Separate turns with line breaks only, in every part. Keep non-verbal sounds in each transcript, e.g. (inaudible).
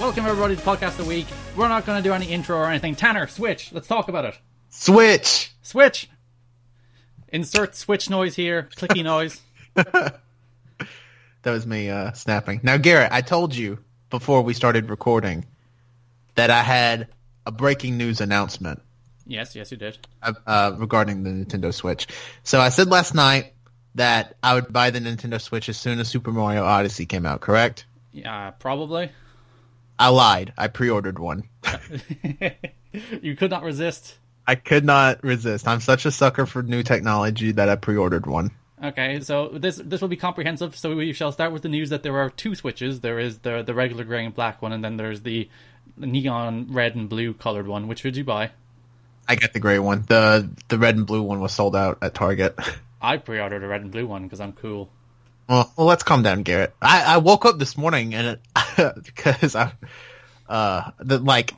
Welcome everybody to Podcast of the Week. We're not going to do any intro or anything. Tanner, switch. Let's talk about it.
Switch.
Switch. Insert switch noise here. Clicky noise.
That was me uh, snapping. Now, Garrett, I told you before we started recording that I had a breaking news announcement
Yes, yes, you did.
uh, uh, regarding the Nintendo Switch. So I said last night that I would buy the Nintendo Switch as soon as Super Mario Odyssey came out. Correct?
Yeah, probably. (laughs)
I lied. I pre-ordered one.
you could not resist.
I could not resist. I'm such a sucker for new technology that I pre-ordered one.
Okay, so this this will be comprehensive. So we shall start with the news that there are two switches. There is the the regular gray and black one, and then there's the neon red and blue colored one. Which would you buy?
I got the gray one. the The red and blue one was sold out at Target. (laughs)
I pre-ordered a red and blue one because I'm cool.
Well, well, let's calm down, Garrett. I, I woke up this morning and it, (laughs) because I, uh, the, like,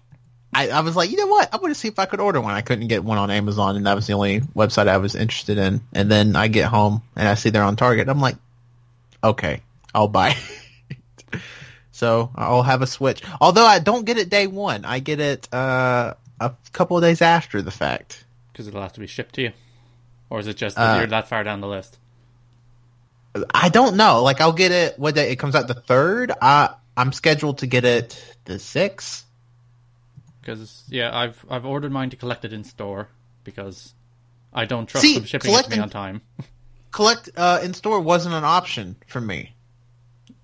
I, I was like, you know what? I want to see if I could order one. I couldn't get one on Amazon, and that was the only website I was interested in. And then I get home and I see they're on Target. I'm like, okay, I'll buy. it. (laughs) so I'll have a Switch. Although I don't get it day one. I get it uh, a couple of days after the fact.
because it'll have to be shipped to you, or is it just that you're that far down the list?
I don't know. Like I'll get it what day it comes out the third. I I'm scheduled to get it the sixth.
Because yeah, I've I've ordered mine to collect it in store because I don't trust
See,
them shipping it to me
collecting-
on time.
Collect uh, in store wasn't an option for me,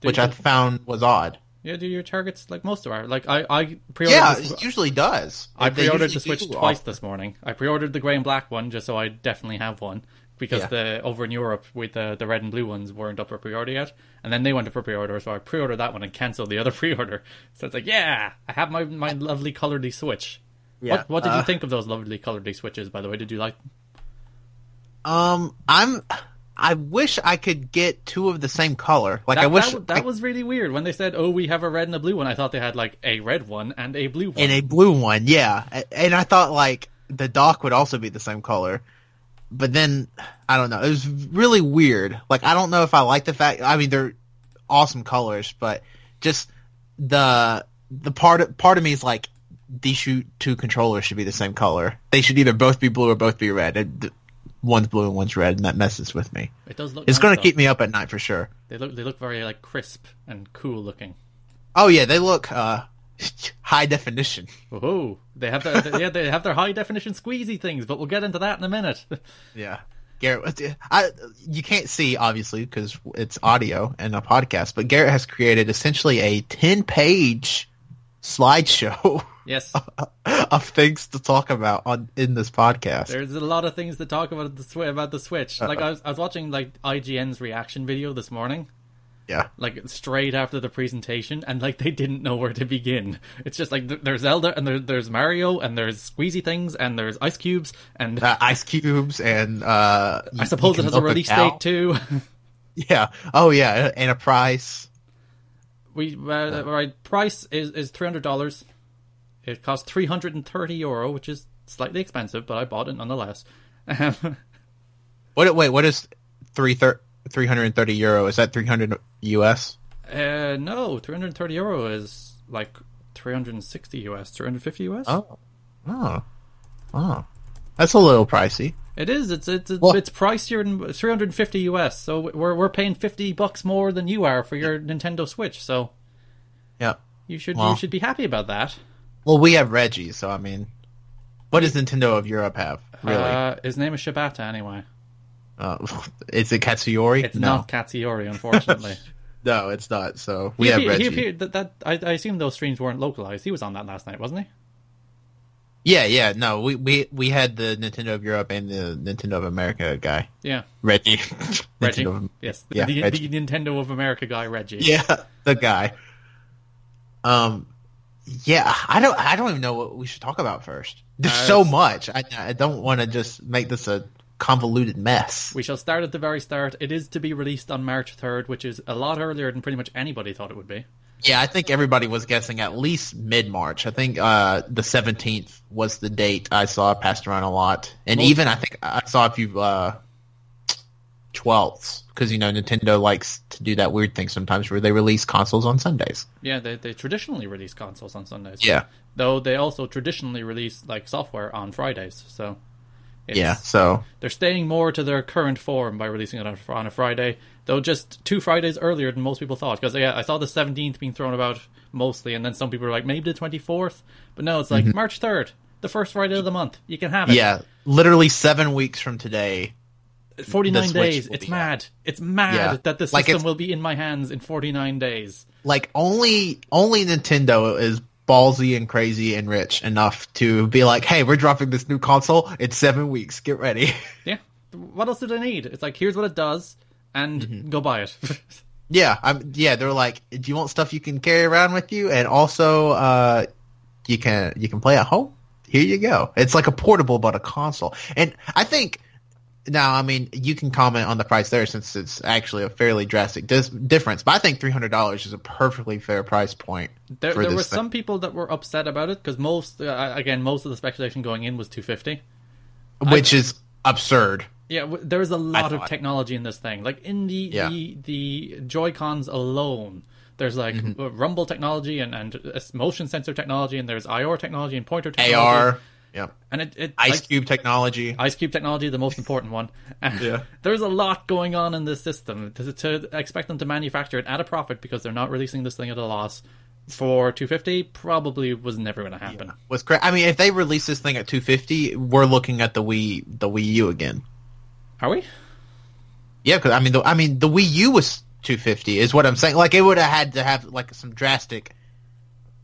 Do
which
you-
I found was odd.
yeah, do your targets like most of our like I I pre-ordered
Yeah,
this-
it usually does.
I
They
pre-ordered the
usually
Switch
do
twice
offer-
this morning. I pre-ordered the grey and black one just so I definitely have one because
Yeah.
the over in Europe with the the red and blue ones weren't up for pre-order yet, and then they went up for pre-order, so I pre-ordered that one and canceled the other (laughs) pre-order. So it's like, yeah, I have my my lovely coloredy Switch.
Yeah,
What, what did
uh,
you think of those lovely coloredy switches? By the way, did you like? them?
Um, I'm. I wish I could get two of the same color. Like
That,
I wish
that, that was really weird when they said, "Oh, we have a red and a blue one." I thought they had like a red one and a blue one.
in a blue one. Yeah, A- and I thought like the dock would also be the same color, but then I don't know. It was really weird. Like I don't know if I like the fact. I mean, they're awesome colors, but just the the part of, part of me is like these shoe- two controllers should be the same color. They should either both be blue or both be red. And th- one's blue and one's red, and that messes with me.
it does look.
It's
nice,
gonna
though.
keep me up at night for sure.
They look. They look very like crisp and cool looking.
Oh yeah, they look uh, (laughs) high definition.
Oh, they have their yeah, they have their high definition squeezy things, but we'll get into that in a minute. (laughs)
Yeah. Garrett, what the- I, you can't see obviously because it's audio and a podcast, but Garrett has created essentially a ten-page slideshow (laughs)
yes,
of things to talk about on in this podcast.
there's a lot of things to talk about the Swi- about the Switch. Like I was, I was watching like IGN's reaction video this morning,
yeah,
like straight after the presentation, and like they didn't know where to begin. It's just like th- there's Zelda and there, there's Mario and there's squeezy things and there's ice cubes and
uh, ice cubes and uh,
I suppose it has a release date
(laughs)
too.
Yeah. Oh yeah, and a price.
We uh, right price is is three hundred dollars. It costs three hundred and thirty euro, which is slightly expensive, but I bought it nonetheless. (laughs) Um,
What? Wait, what is three three hundred and thirty euro? Is that three hundred US?
uh, no, three hundred and thirty euro is like three hundred and sixty US, three hundred fifty US.
Oh, oh, oh, that's a little pricey.
It is. It's it's it's,
Well-
it's pricier than three hundred and fifty US. So we're we're paying fifty bucks more than you are for your Nintendo Switch. So
Yeah.
you should
Well.
you should be happy about that.
Well, we have Reggie, so I mean, what does Nintendo of Europe have? Really?
Uh, his name is Shibata anyway.
Uh, (laughs) is it Katsuyori?
It's
no,
not Katsuyori,
(laughs)
unfortunately.
no, it's not. So we
He
have
appeared- he
Reggie.
appeared- that, that- I, I assume those streams weren't localized. He was on that last night, wasn't he?
yeah, yeah. No, we, we we had the Nintendo of Europe and the Nintendo of America guy,
Yeah,
Reggie. (laughs)
Reggie.
Nintendo of-
yes, the,
yeah,
the,
Reggie.
the Nintendo of America guy, Reggie.
yeah, the guy. Um, yeah. I don't. I don't even know what we should talk about first. There's
Uh,
so
it's-
much. I I don't want to just make this a convoluted mess.
We shall start at the very start. It is to be released on March third, which is a lot earlier than pretty much anybody thought it would be.
Yeah, I think everybody was guessing at least mid March. I think uh, the seventeenth was the date I saw passed around a lot, and
Most-
even I think I saw a few uh, twelfths because you know Nintendo likes to do that weird thing sometimes where they release consoles on Sundays.
Yeah, they, they traditionally release consoles on Sundays.
Yeah.
Though they also traditionally release like software on Fridays, so it's-
yeah, so
They're staying more to their current form by releasing it on, on a Friday, though just two Fridays earlier than most people thought. Because yeah, I saw the 17th being thrown about mostly, and then some people were like, maybe the 24th. But no, it's like March 3rd, the first Friday of the month. You can have it.
Mm-hmm. yeah, literally seven weeks from today.
49
the Switch
days.
will
It's
be
mad. It's mad
Yeah.
that the
Like,
system
it's-
will be in my hands in 49 days.
Like only only Nintendo is ballsy and crazy and rich enough to be like, hey, we're dropping this new console in seven weeks. Get ready. (laughs)
Yeah. What else do they need? It's like, here's what it does, and
Mm-hmm.
go buy it. (laughs)
Yeah, I'm. Yeah, they're like, do you want stuff you can carry around with you, and also uh, you can you can play at home. Here you go. It's like a portable but a console, and I think now I mean you can comment on the price there since it's actually a fairly drastic dis- difference. But I think three hundred dollars is a perfectly fair price point.
there
for
there
this
were
thing.
some people that were upset about it, because most, uh, again, most of the speculation going in was 250
which is absurd.
Yeah, w- there is a lot of
thought.
technology in this thing. Like in the
Yeah.
the, the Joy Cons alone, there's like
Mm-hmm.
uh, rumble technology and and uh, motion sensor technology, and there's IR technology and pointer technology,
AR, yeah,
and it, it
ice
like,
cube technology.
Ice Cube technology, the most important one. (laughs)
Yeah.
there's a lot going on in this system. To, to expect them to manufacture it at a profit because they're not releasing this thing at a loss for 250 probably was never going to happen.
was cra- I mean, if they release this thing at two fifty, we're looking at the Wii the Wii U again.
Are we?
Yeah, because I mean, the, I mean, the Wii U was 250 is what I'm saying. Like, it would have had to have like some drastic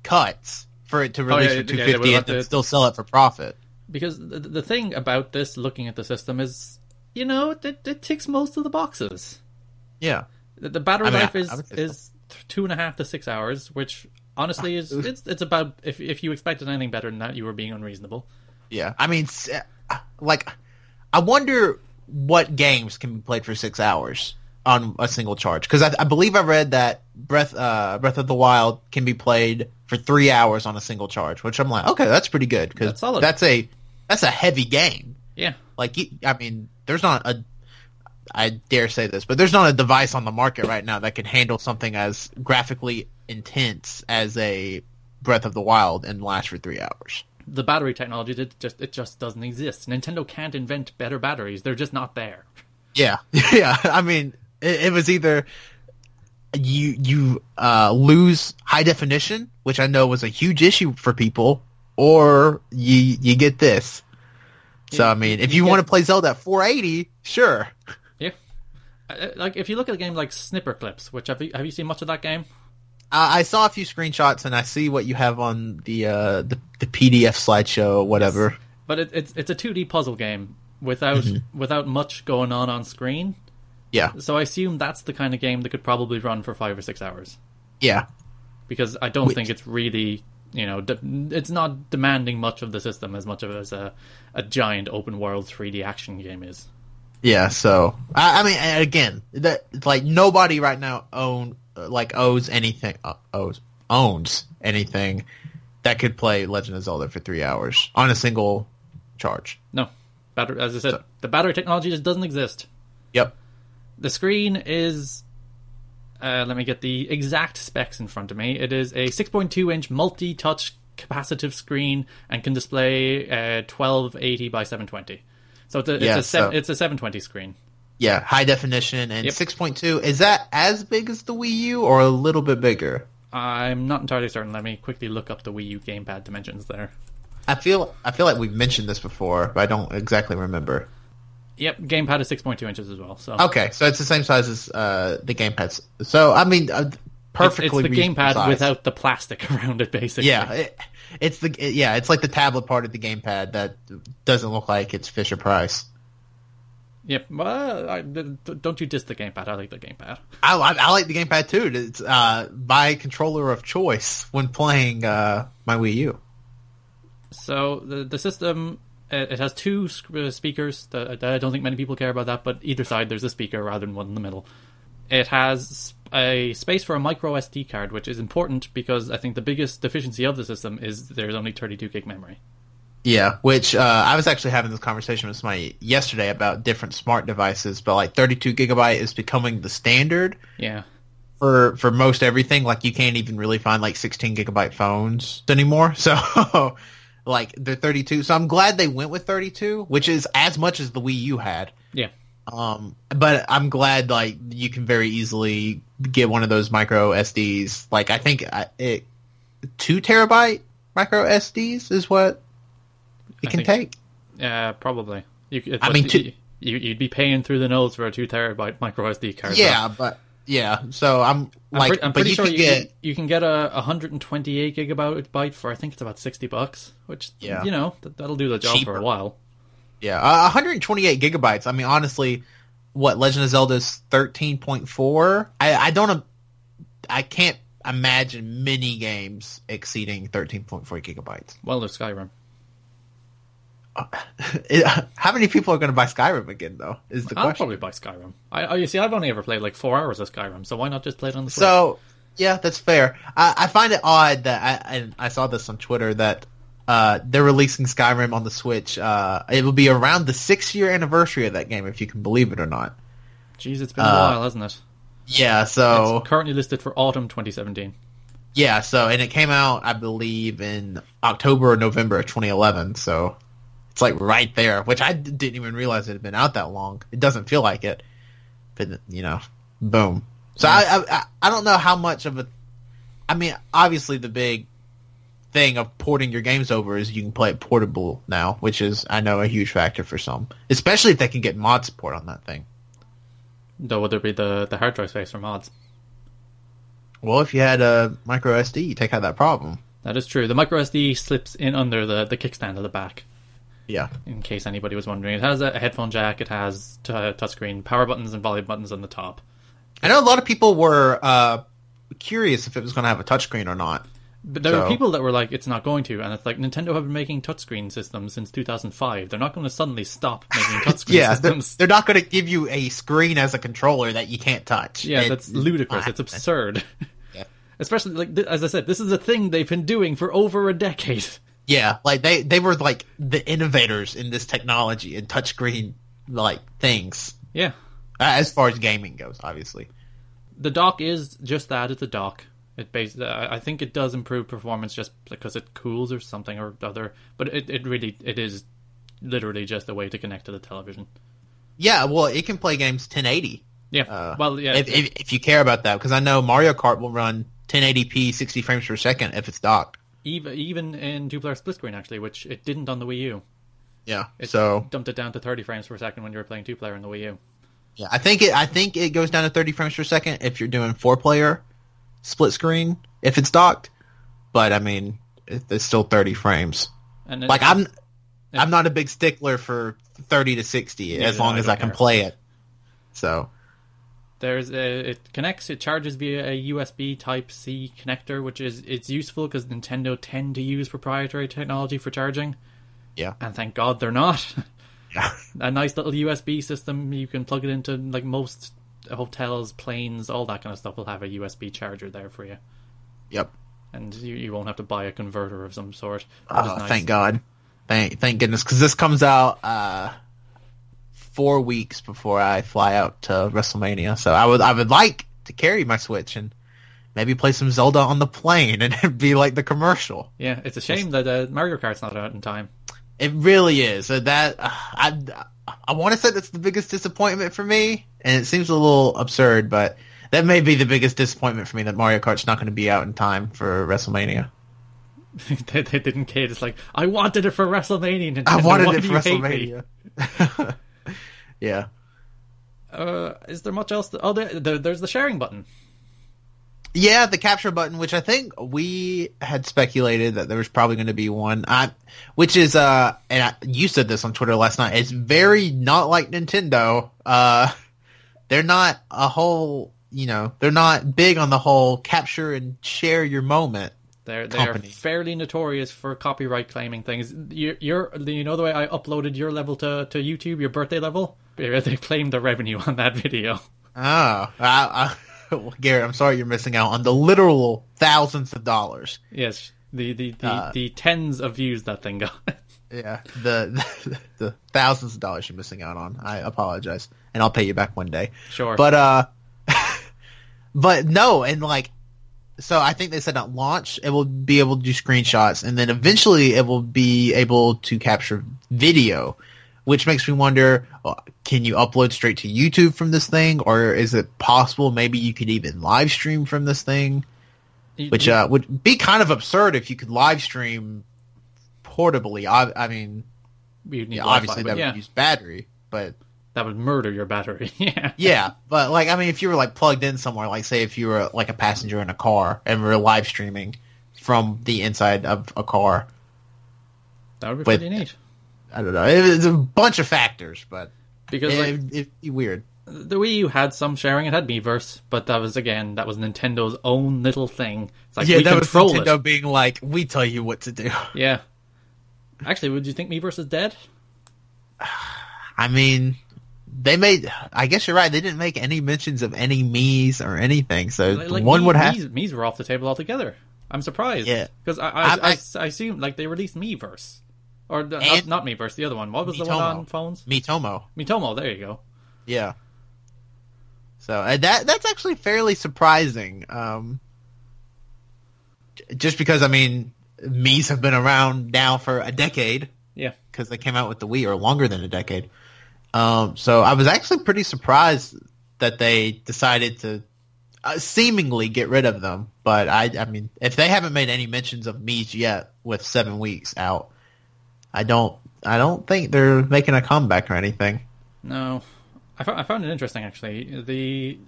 cuts for it to
yeah,
release
Oh, yeah,
for
they
250
would've
and
had
then
to-
still sell it for profit.
because the, the thing about this looking at the system is you know it, it ticks most of the boxes
Yeah,
the, the battery
I mean,
life
I-
is
I would say so.
is th- two and a half to six hours which
Ah.
honestly is it's it's about if, if you expected anything better than that you were being unreasonable
yeah. I mean, s- uh, like, I wonder what games can be played for six hours on a single charge because I, I believe I read that Breath uh, Breath of the Wild can be played for three hours on a single charge, which I'm like, okay, that's pretty good because
That's solid.
that's a that's a heavy game.
yeah
Like, you- I mean, there's not a, I dare say this, but there's not a device on the market right now that can handle something as graphically intense as a Breath of the Wild and last for three hours.
the battery technology did just it just doesn't exist nintendo can't invent better batteries they're just not there
Yeah, (laughs) yeah. I mean, it, it was either you you uh, lose high definition, which I know was a huge issue for people, or you you get this. So I mean, if you,
you
want to
get-
play Zelda at 480, sure.
yeah Uh, like if you look at a game like snipper clips which have you, have you seen much of that game
Uh, I I saw a few screenshots and I see what you have on the uh, the, the PDF slideshow, whatever.
but it, it's it's a 2d puzzle game without without much going on on screen
Yeah,
So I assume that's the kind of game that could probably run for five or six hours
yeah,
because I don't think it's really you know de- it's not demanding much of the system as much of as a a giant open world 3D action game is.
yeah. So I, I mean, a- again, that like nobody right now own uh, like owes anything uh, owes owns anything that could play Legend of Zelda for three hours on a single charge.
No, battery as I said, the battery technology just doesn't exist.
Yep.
The screen is. Uh, let me get the exact specs in front of me. It is a 6.2 inch multi touch capacitive screen and can display uh, 1280 by 720. So it's a, it's,
Yeah,
a seven,
so-
it's a 720 screen.
Yeah, high definition and
Yep.
6.2. Is that as big as the Wii U or a little bit bigger?
I'm not entirely certain. Let me quickly look up the Wii U gamepad dimensions there.
I feel I feel like we've mentioned this before, but I don't exactly remember.
Yep, gamepad is 6.2 inches as well. So
Okay, so it's the same size as uh, the gamepads. So I mean, uh,
it's,
perfectly.
it's the
reasonable
gamepad
size.
without the plastic (laughs) around it, basically.
Yeah, it, it's the it- yeah, it's like the tablet part of the gamepad that doesn't look like it's Fisher Price.
Yep. Well, I, d- d- don't you diss the gamepad? I like the gamepad.
I, I, I like the gamepad too. It's uh, my controller of choice when playing uh, my Wii U.
So the the system it, it has two sc- uh, speakers. That, that I don't think many people care about that, but either side there's a speaker rather than one in the middle. It has a space for a micro SD card, which is important because I think the biggest deficiency of the system is there's only 32 gig memory.
Yeah, which uh, I was actually having this conversation with somebody yesterday about different smart devices, but like 32 gigabyte is becoming the standard
Yeah.
for for most everything. Like you can't even really find like 16 gigabyte phones anymore. (laughs) So like they're 32. So I'm glad they went with 32, which is as much as the Wii U had.
Yeah.
Um, but I'm glad like you can very easily get one of those micro SDs. Like I think I, it two terabyte micro SDs is what it
I
can
think-
take.
Yeah, Uh, probably. You, c-
I
but
mean,
the-
two-
you, you'd be paying through the nose for a two terabyte micro SD card.
Yeah, but yeah. So I'm
I'm,
like,
pre- I'm
but
pretty
you
sure
could
you,
get
can, you can get a 128 gigabyte byte for I think it's about 60 bucks, which
Yeah.
you know that, that'll do the job for
Cheaper.
a while.
yeah, uh, 128 gigabytes. I mean, honestly, what Legend of Zelda's 13.4. I I don't. im- I can't imagine many games exceeding 13.4 gigabytes. (laughs)
Well, there's Skyrim.
It- how many people are going to buy Skyrim again, though? Is the
I'll
question.
probably buy Skyrim. I, I you see, I've only ever played like four hours of Skyrim, so why not just play it on the Switch?
So, yeah, that's fair. I, I find it odd that I and I saw this on Twitter that uh, they're releasing Skyrim on the Switch. Uh, it will be around the six year anniversary of that game, if you can believe it or not.
Jeez, it's been a
uh, oh.
while, hasn't it?
Yeah. So
It's currently listed for autumn 2017.
yeah. So and it came out, I believe, in October or November of 2011. So it's like right there, which I d- didn't even realize it had been out that long. It doesn't feel like it, but you know, boom. So I I, I I don't know how much of a. I mean, obviously the big thing of porting your games over is you can play it portable now, which is I know a huge factor for some, especially if they can get mod support on that thing.
Though would there be the the hard drive space for mods?
Well, if you had a micro SD, you take out that problem.
That is true. The micro SD slips in under the the kickstand at the back.
Yeah.
in case anybody was wondering. It has a a headphone jack, it has t- touchscreen, power buttons, and volume buttons on the top.
I know a lot of people were uh, curious if it was going to have a touchscreen
(laughs)
or not.
But there were
So-
people that were like, it's not going to, and it's like, Nintendo have been making touchscreen systems since 2005. They're not going to suddenly stop
(laughs)
making touchscreen
Yeah, they're,
systems.
they're not going to give you a screen as a controller that you can't touch.
Yeah,
It-
that's ludicrous. It's absurd. (laughs)
Yeah.
Especially, like, th- as I said, this is a thing they've been doing for over a decade. (laughs)
yeah, like they they were like the innovators in this technology and touchscreen like things
Yeah.
uh, as far as gaming goes, obviously.
the dock is just that it's a dock it bas- uh, i think it does improve performance just because it cools or something or other but it, it really it is literally just a way to connect to the television
Yeah, well, it can play games 1080
yeah
Uh,
well yeah
if, if if you care about that, because I know Mario Kart will run 1080p 60 frames per second if it's docked.
even even in two player split screen actually which it didn't on the wii u
Yeah,
it
so
dumped it down to 30 frames per second when you were playing two player on the wii u
Yeah, I think it. I think it goes down to thirty frames per second if you're doing four player split screen if it's docked. But I mean, it, it's still thirty frames.
and it-
Like I'm,
Yeah.
I'm not a big stickler for thirty to sixty as
no,
long
I
as
don't
I can
care.
play it. So
There's a, it connects. It charges via a USB Type C connector, which is it's useful because Nintendo tend to use proprietary technology for charging.
Yeah.
and thank God they're not. (laughs)
yeah,
a nice little USB system you can plug it into. Like most hotels, planes, all that kind of stuff will have a USB charger there for you,
yep.
and you, you won't have to buy a converter of some sort. That is
Oh,
nice.
Thank God. Thank thank goodness because this comes out uh, four weeks before I fly out to WrestleMania. So I would I would like to carry my Switch and maybe play some Zelda on the plane (laughs) and it'd be like the commercial.
Yeah, it's a shame that uh, Mario Kart's not out in time. (laughs)
It really is. So that uh, I I want to say that's the biggest disappointment for me, and it seems a little absurd, but that may be the biggest disappointment for me that Mario Kart's not going to be out in time for
(laughs)
WrestleMania.
they, they didn't care. It's like I wanted it for WrestleMania. Nintendo.
I wanted
Why
it
do
for
you hate me?"
WrestleMania. (laughs) yeah.
Uh, is there much else? That, oh, there, there, there's the sharing button.
Yeah, the capture button, which I think we had speculated that there was probably going to be one. I, which is, uh, and I, you said this on Twitter last night. It's very not like Nintendo. Uh, they're not a whole, you know, they're not big on the whole capture and share your moment.
They're they
company.
are fairly notorious for copyright claiming things. You, you're you know the way I uploaded your level to, to YouTube, your birthday level. They (laughs) they claim the revenue on that video.
Oh, I, (laughs) I, well, Garrett, I'm sorry you're missing out on the literal thousands of dollars.
Yes, the the the,
Uh,
the tens of views that thing got. (laughs)
Yeah, the, (laughs) the the thousands of dollars you're missing out on. I apologize, and I'll pay you back one day.
Sure.
But uh, (laughs) but no, and like, so I think they said at launch it will be able to do screenshots, and then eventually it will be able to capture video, which makes me wonder: uh, can you upload straight to YouTube from this thing, or is it possible maybe you could even live stream from this thing?
You-
which
you-
uh, would be kind of absurd if you could live stream portably. I, I mean,
you'd need
yeah,
Wi-Fi,
obviously
but
that
yeah,
would use battery, but
that would murder your battery. (laughs) yeah.
yeah, but like I mean, if you were like plugged in somewhere, like say if you were like a passenger in a car and were live streaming from the inside of a car,
That would be
But-
pretty neat.
I don't know. It, it's a bunch of factors, but
Because
it,
like,
it, it'd be weird.
the Wii U had some sharing. It had Miiverse, but that was again that was Nintendo's own little thing. It's like we control it.
being like, "We tell you what to do."
Yeah. Actually, would you think Miiverse is dead?
I mean, they made. I guess you're right. They didn't make any mentions of any me's or anything, so
Like, like,
one
Mii-
would have.
Mii's, Mii's were off the table altogether. I'm surprised.
Yeah.
Because I I,
I-
I,
I-
I assume like they released Miiverse, or the, not,
And-
not Miiverse, the other one. What was the one
Miitomo.
on phones?
Mitomo.
Mitomo. There you go.
Yeah. So uh, that that's actually fairly surprising. Um, j- just because I mean, Mii's have been around now for a decade
Yeah.
because they came out with the Wii or longer than a decade. Um, so I was actually pretty surprised that they decided to uh, seemingly get rid of them. But I, I mean, if they haven't made any mentions of Mii's yet with seven weeks out, I don't, I don't think they're making a comeback or anything.
No, I found, I found it interesting actually. The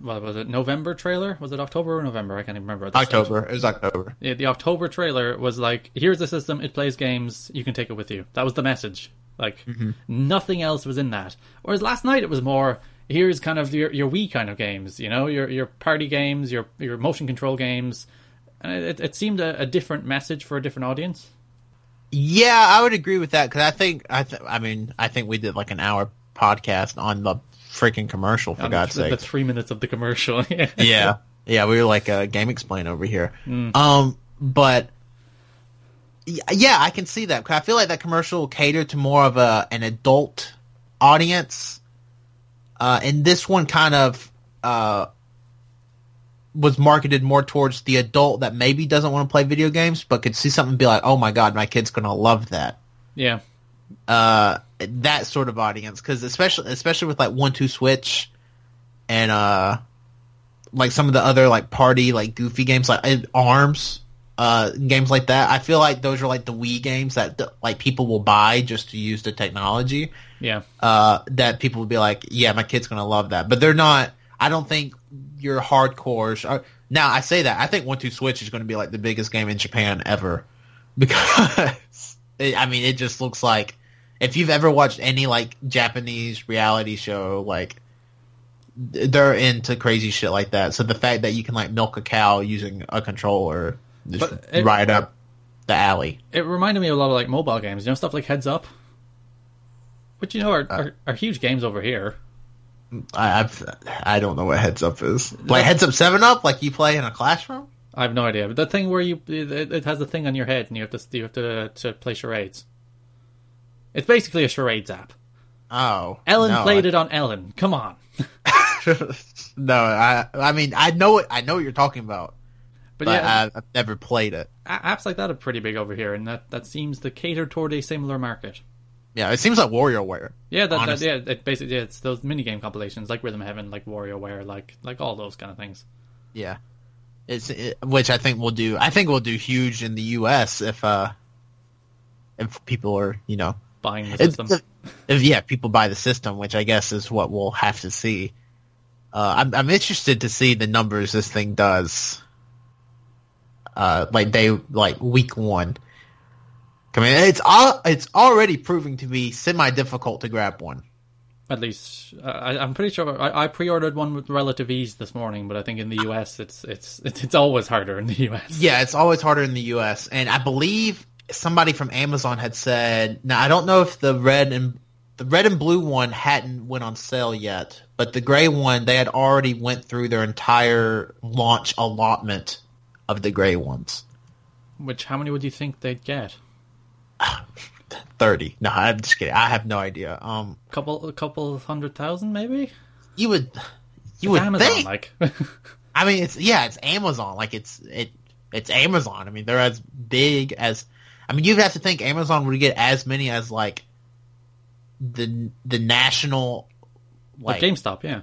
what was it? November trailer was it October or November? I can't even remember. at this stage.
October. It was October.
Yeah, the October trailer was like, "Here's the system. It plays games. You can take it with you." That was the message. Like
Mm-hmm.
nothing else was in that. Whereas last night it was more, "Here's kind of your your Wii kind of games. You know, your your party games, your your motion control games." And it, it seemed a, a different message for a different audience.
Yeah, I would agree with that because I think I, th- I mean, I think we did like an hour podcast on the freaking commercial for
And
God's
the,
sake.
the three minutes of the commercial. (laughs) yeah. Mm.
yeah, yeah, we were like a game explain over here. Um, but y- yeah, I can see that. 'cause I feel like that commercial catered to more of a an adult audience, uh, and this one kind of uh was marketed more towards the adult that maybe doesn't want to play video games but could see something and be like, "Oh my god, my kid's gonna love that."
yeah.
uh that sort of audience because especially especially with like one two switch and uh like some of the other like party like goofy games like and arms uh games like that i feel like those are like the wii games that like people will buy just to use the technology
Yeah.
uh, that people would be like, yeah, my kid's gonna love that. But they're not. I don't think your hardcores are. Now I say that I think One Two Switch is going to be like the biggest game in Japan ever (laughs) because it, I mean it just looks like if you've ever watched any like Japanese reality show like th- they're into crazy shit like that. So the fact that you can like milk a cow using a controller just
But it-
right up the alley.
it reminded me a lot of like mobile games, you know, stuff like Heads Up, which you know
Uh.
are are, are huge games over here.
I, I've I don't know what heads up is. Like heads up seven up, like you play in a classroom.
I have no idea. But the thing where you it, it has the thing on your head and you have to you have to to play charades. It's basically a charades app.
Oh,
Ellen
no,
played
I-
it on Ellen. Come on.
(laughs) no, I I mean I know it. I know what you're talking about,
But,
but uh,
yeah,
I, I've never played it.
a- apps like that are pretty big over here, and that, that seems to cater toward a similar market.
Yeah, it seems like WarioWare.
Yeah, that, that
Honest-
yeah, it basically yeah, it's those minigame compilations like Rhythm Heaven, like WarioWare, like like all those kind of things.
Yeah, it's it, which I think we'll do. I think we'll do huge in the U.S. if uh if people are you know
Buying the
It's-
system.
if, yeah, people buy the system, which I guess is what we'll have to see. Uh, I'm, I'm interested to see the numbers this thing does. Uh, like they like week one. I mean, it's all it's already proving to be semi difficult to grab one.
At least uh, I, I'm pretty sure I, I pre-ordered one with relative ease this morning, but I think in the US it's it's it's, it's always harder in the (laughs) US.
Yeah, it's always harder in the U.S. And I believe somebody from Amazon had said. Now I don't know if the red and the red and blue one hadn't went on sale yet, but the gray one they had already went through their entire launch allotment of the gray ones.
Which how many would you think they'd get?
thirty. No, I'm just kidding. I have no idea. Um,
couple a couple hundred thousand maybe.
you would,
It's
you would
Amazon
think.
like (laughs)
I mean, it's yeah, it's Amazon. Like it's it, it's Amazon. I mean, they're as big as. I mean, you'd have to think Amazon would get as many as like the the national
like
like
GameStop, yeah.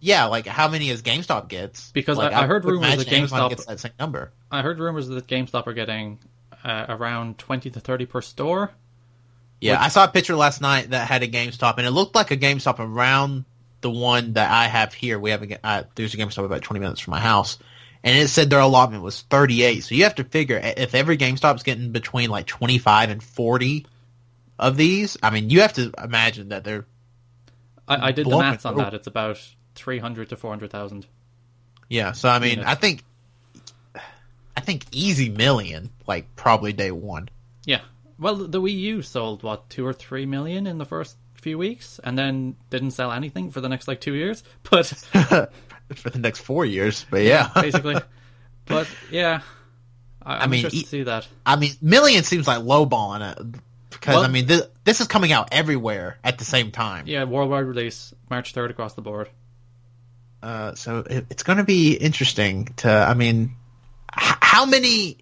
yeah, like how many as GameStop gets?
Because
like,
I- I heard
would
rumors that
imagine Amazon
GameStop-
gets that same number.
I heard rumors that GameStop are getting uh, around twenty to thirty per store.
Yeah, I saw a picture last night that had a GameStop, and it looked like a GameStop around the one that I have here. We have a ga- uh, there's a GameStop about 20 minutes from my house, and it said their allotment was 38. So you have to figure i- if every GameStop's getting between like 25 and 40 of these. I mean, you have to imagine that they're
I, I did the
Blimey.
maths on that. It's about three hundred to four hundred thousand.
yeah. So I mean,
Yeah.
I think I think easy million like probably day one. (laughs)
Yeah. Well, the Wii U sold what two or three million in the first few weeks, and then didn't sell anything for the next like two years. (laughs) But
for the next four years, but yeah, (laughs)
basically, but yeah, I, I'm
mean,
interested
e-
to see that.
I mean, million seems like lowballing it because
Well-
I mean, this, this is coming out everywhere at the same time.
Yeah, worldwide release March third across the board.
Uh, so it, it's going to be interesting to. I mean, h- how many?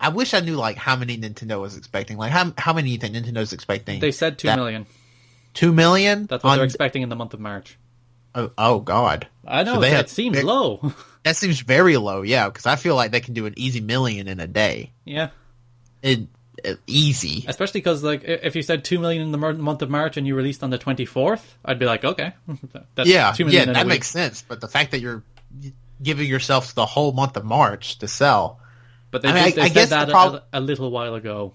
I wish I knew like how many Nintendo was expecting. Like how how many you think Nintendo's expecting?
They said two
That-
million.
Two million.
That's what
on-
they're expecting in the month of March.
oh, oh God,
I know
So
it,
they had-
it seems
they-
low. (laughs)
that seems very low. Yeah, because I feel like they can do an easy million in a day.
yeah,
It, it- easy.
especially because like i- if you said two million in the mar- month of March and you released on the twenty fourth, I'd be like, okay, (laughs) that's
yeah,
two million
yeah,
in a
that
week.
makes sense. But the fact that you're giving yourself the whole month of March to sell.
But they,
I mean,
did,
I-
they
I
said
guess the
that a-
prob-
a, little while ago.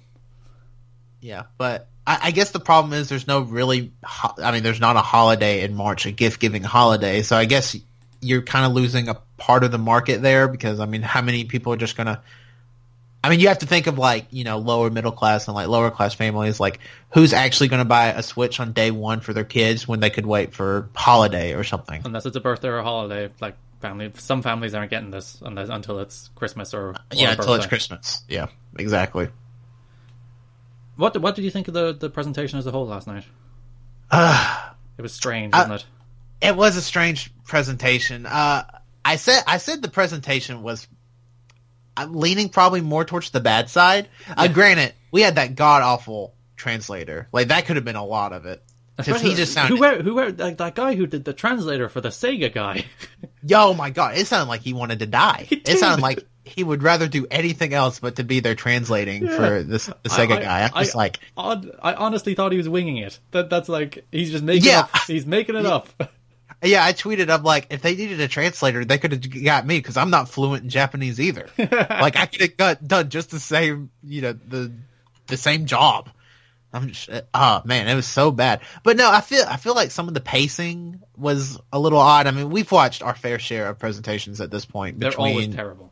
Yeah, but I, I guess the problem is there's no really. ho- I mean, there's not a holiday in March, a gift giving holiday. So I guess you're kind of losing a part of the market there because I mean, how many people are just gonna? I mean, you have to think of like you know lower middle class and like lower class families. Like, who's actually going to buy a Switch on day one for their kids when they could wait for holiday or something?
unless it's a birthday or a holiday. Like family, some families aren't getting this unless until it's Christmas or, or
yeah,
a
until it's
birthday.
Christmas. Yeah, exactly.
What what did you think of the the presentation as a whole last night?
Uh,
it was strange, wasn't it?
it was a strange presentation. Uh, I said I said the presentation was. I'm leaning probably more towards the bad side. Uh, granted, we had that god awful translator. Like that could have been a lot of it because he just sounded.
whoever whoever like that guy who did the translator for the Sega guy. (laughs)
Yo, my god! It sounded like he wanted to die. It
did.
sounded like he would rather do anything else but to be there translating for this the Sega
I-
guy. I'm just
I-
like,
Odd, I honestly thought he was winging it. That that's like he's just making
Yeah.
up. He's making it up. (laughs)
yeah. I tweeted, I'm like, if they needed a translator, they could have got me because I'm not fluent in
(laughs)
Japanese either. like I could have got done just the same, you know, the the same job. I'm just, oh man, it was so bad. But no, I feel I feel like some of the pacing was a little odd. I mean, we've watched our fair share of presentations at this point.
They're always
Between
terrible.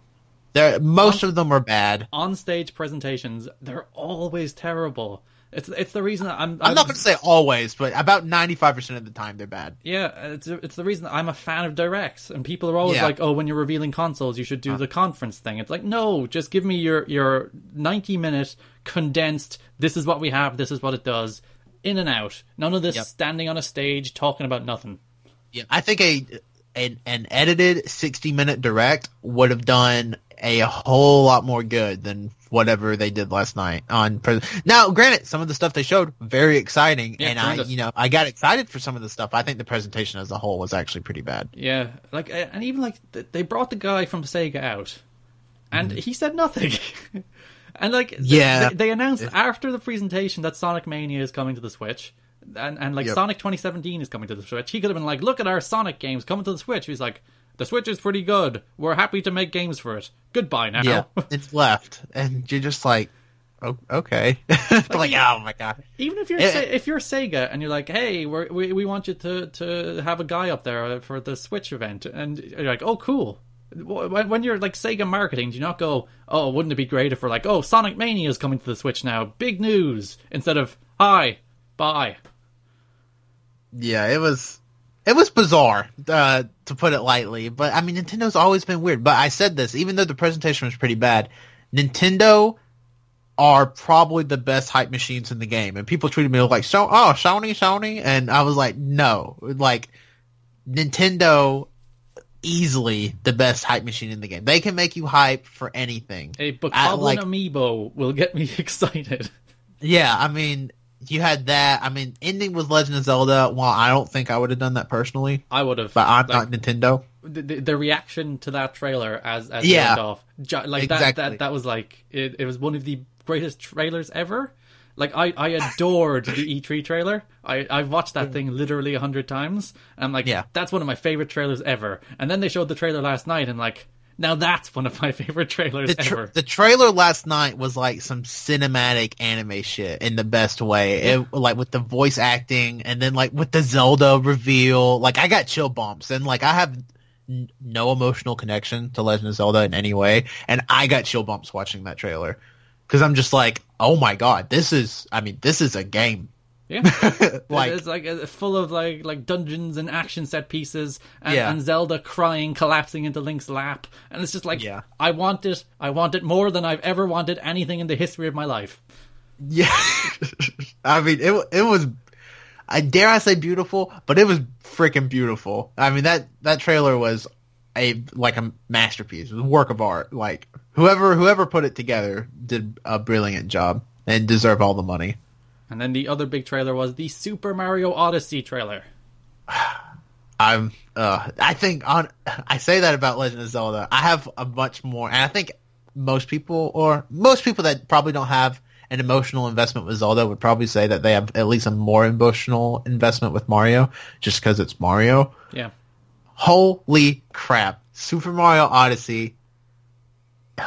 they're, most of them are bad.
On stage presentations, they're always terrible. It's it's the reason I'm
I'm not going to say always, but about 95 percent of the time they're bad.
Yeah, it's it's the reason I'm a fan of directs, and people are always
Yeah. Uh.
like, "Oh, when you're revealing consoles, you should do the conference thing." It's like, no, just give me your your 90 minute condensed. This is what we have. This is what it does. In and out. None of this
Yep.
standing on a stage talking about nothing.
Yeah, I think a an, an edited 60 minute direct would have done a whole lot more good than whatever they did last night on pres Now, granted, some of the stuff they showed very exciting,
Yeah,
and I,
tremendous.
you know, I got excited for some of the stuff. I think the presentation as a whole was actually pretty bad.
Yeah, like uh, and even like th- they brought the guy from Sega out, and he said nothing. (laughs) and like th-
Mm-hmm. Yeah.
they, they announced after the presentation that Sonic Mania is coming to the Switch, and and like
Yep.
Sonic 2017 is coming to the Switch. He could have been like, "Look at our Sonic games coming to the Switch." He's like, "The Switch is pretty good. We're happy to make games for it. Goodbye now."
Yeah, it's left, and you're just like, oh, okay, (laughs) like, oh my god,
even if you're
Eh.
Se- if you're Sega and you're like, hey, we're, we we want you to to have a guy up there for the Switch event, and you're like, oh, cool. When, when you're like Sega marketing, do you not go, oh, wouldn't it be great if we're like, oh, Sonic Mania is coming to the Switch now, big news, instead of hi, bye.
yeah, it was. It was bizarre, uh, to put it lightly, but I mean, Nintendo's always been weird. But I said this, even though the presentation was pretty bad, Nintendo are probably the best hype machines in the game. And people treated me like, so, oh, Sony, Sony. And I was like, no, like Nintendo easily the best hype machine in the game. They can make you hype for anything.
A
I,
Bokoblin
like-
amiibo will get me (laughs) excited.
Yeah, I mean, you had that. I mean, ending with Legend of Zelda. Well, I don't think I would have done that personally,
I would have.
but I'm
like,
not Nintendo.
the, the- the reaction to that trailer as as
Yeah.
it went off, ju- like that,
Exactly.
that that was like it, it was one of the greatest trailers ever. Like I, I adored the E3 trailer. I I've watched that thing literally a hundred times. And I'm like,
Yeah.
that's one of my favorite trailers ever. And then they showed the trailer last night, and like, now that's one of my (laughs) favorite trailers
The, tra-
ever.
the trailer last night was like some cinematic anime shit in the best way. It like with the voice acting and then like with the Zelda reveal. Like I got chill bumps and like I have n- no emotional connection to Legend of Zelda in any way, and I got chill bumps watching that trailer because I'm just like, oh my god, this is. I mean, this is a game. (laughs)
yeah.
like
it's like uh, full of like like dungeons and action set pieces and,
Yeah.
and Zelda crying collapsing into Link's lap and it's just like
Yeah.
I want it I want it more than I've ever wanted anything in the history of my life.
Yeah, (laughs) I mean it. It was, I dare I say, beautiful, but it was freaking beautiful. I mean that that trailer was a like a masterpiece, it was a work of art. Like whoever whoever put it together did a brilliant job and deserve all the money.
And then the other big trailer was the Super Mario Odyssey trailer.
I'm. Uh, I think on. I say that about Legend of Zelda. I have a much more, and I think most people, or most people that probably don't have an emotional investment with Zelda, would probably say that they have at least a more emotional investment with Mario, just because it's Mario.
Yeah.
Holy crap! Super Mario Odyssey. (sighs)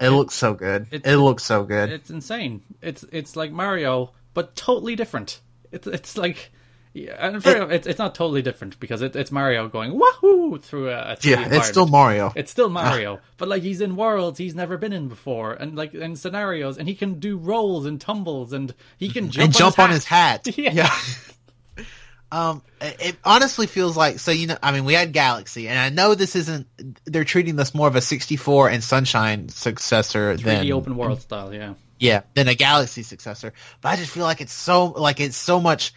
It looks so good. It,
it-
looks so good.
It's insane. It's it's like Mario but totally different. It's it's like yeah, and fair
It-
enough, it's it's not totally different because it, it's Mario going wahoo through a, a 3D
yeah, it's still
environment.
Mario.
It's still Mario, but like he's in worlds he's never been in before, and like in scenarios, and he can do rolls and tumbles, and he can jump
Mm-hmm. and
on
jump
his
on his hat.
(laughs) Yeah.
um, it it honestly feels like so. You know, I mean, we had Galaxy, and I know this isn't. They're treating this more of a 64 and Sunshine successor than
3D open world style. Yeah,
yeah than a Galaxy successor. But I just feel like it's so like it's so much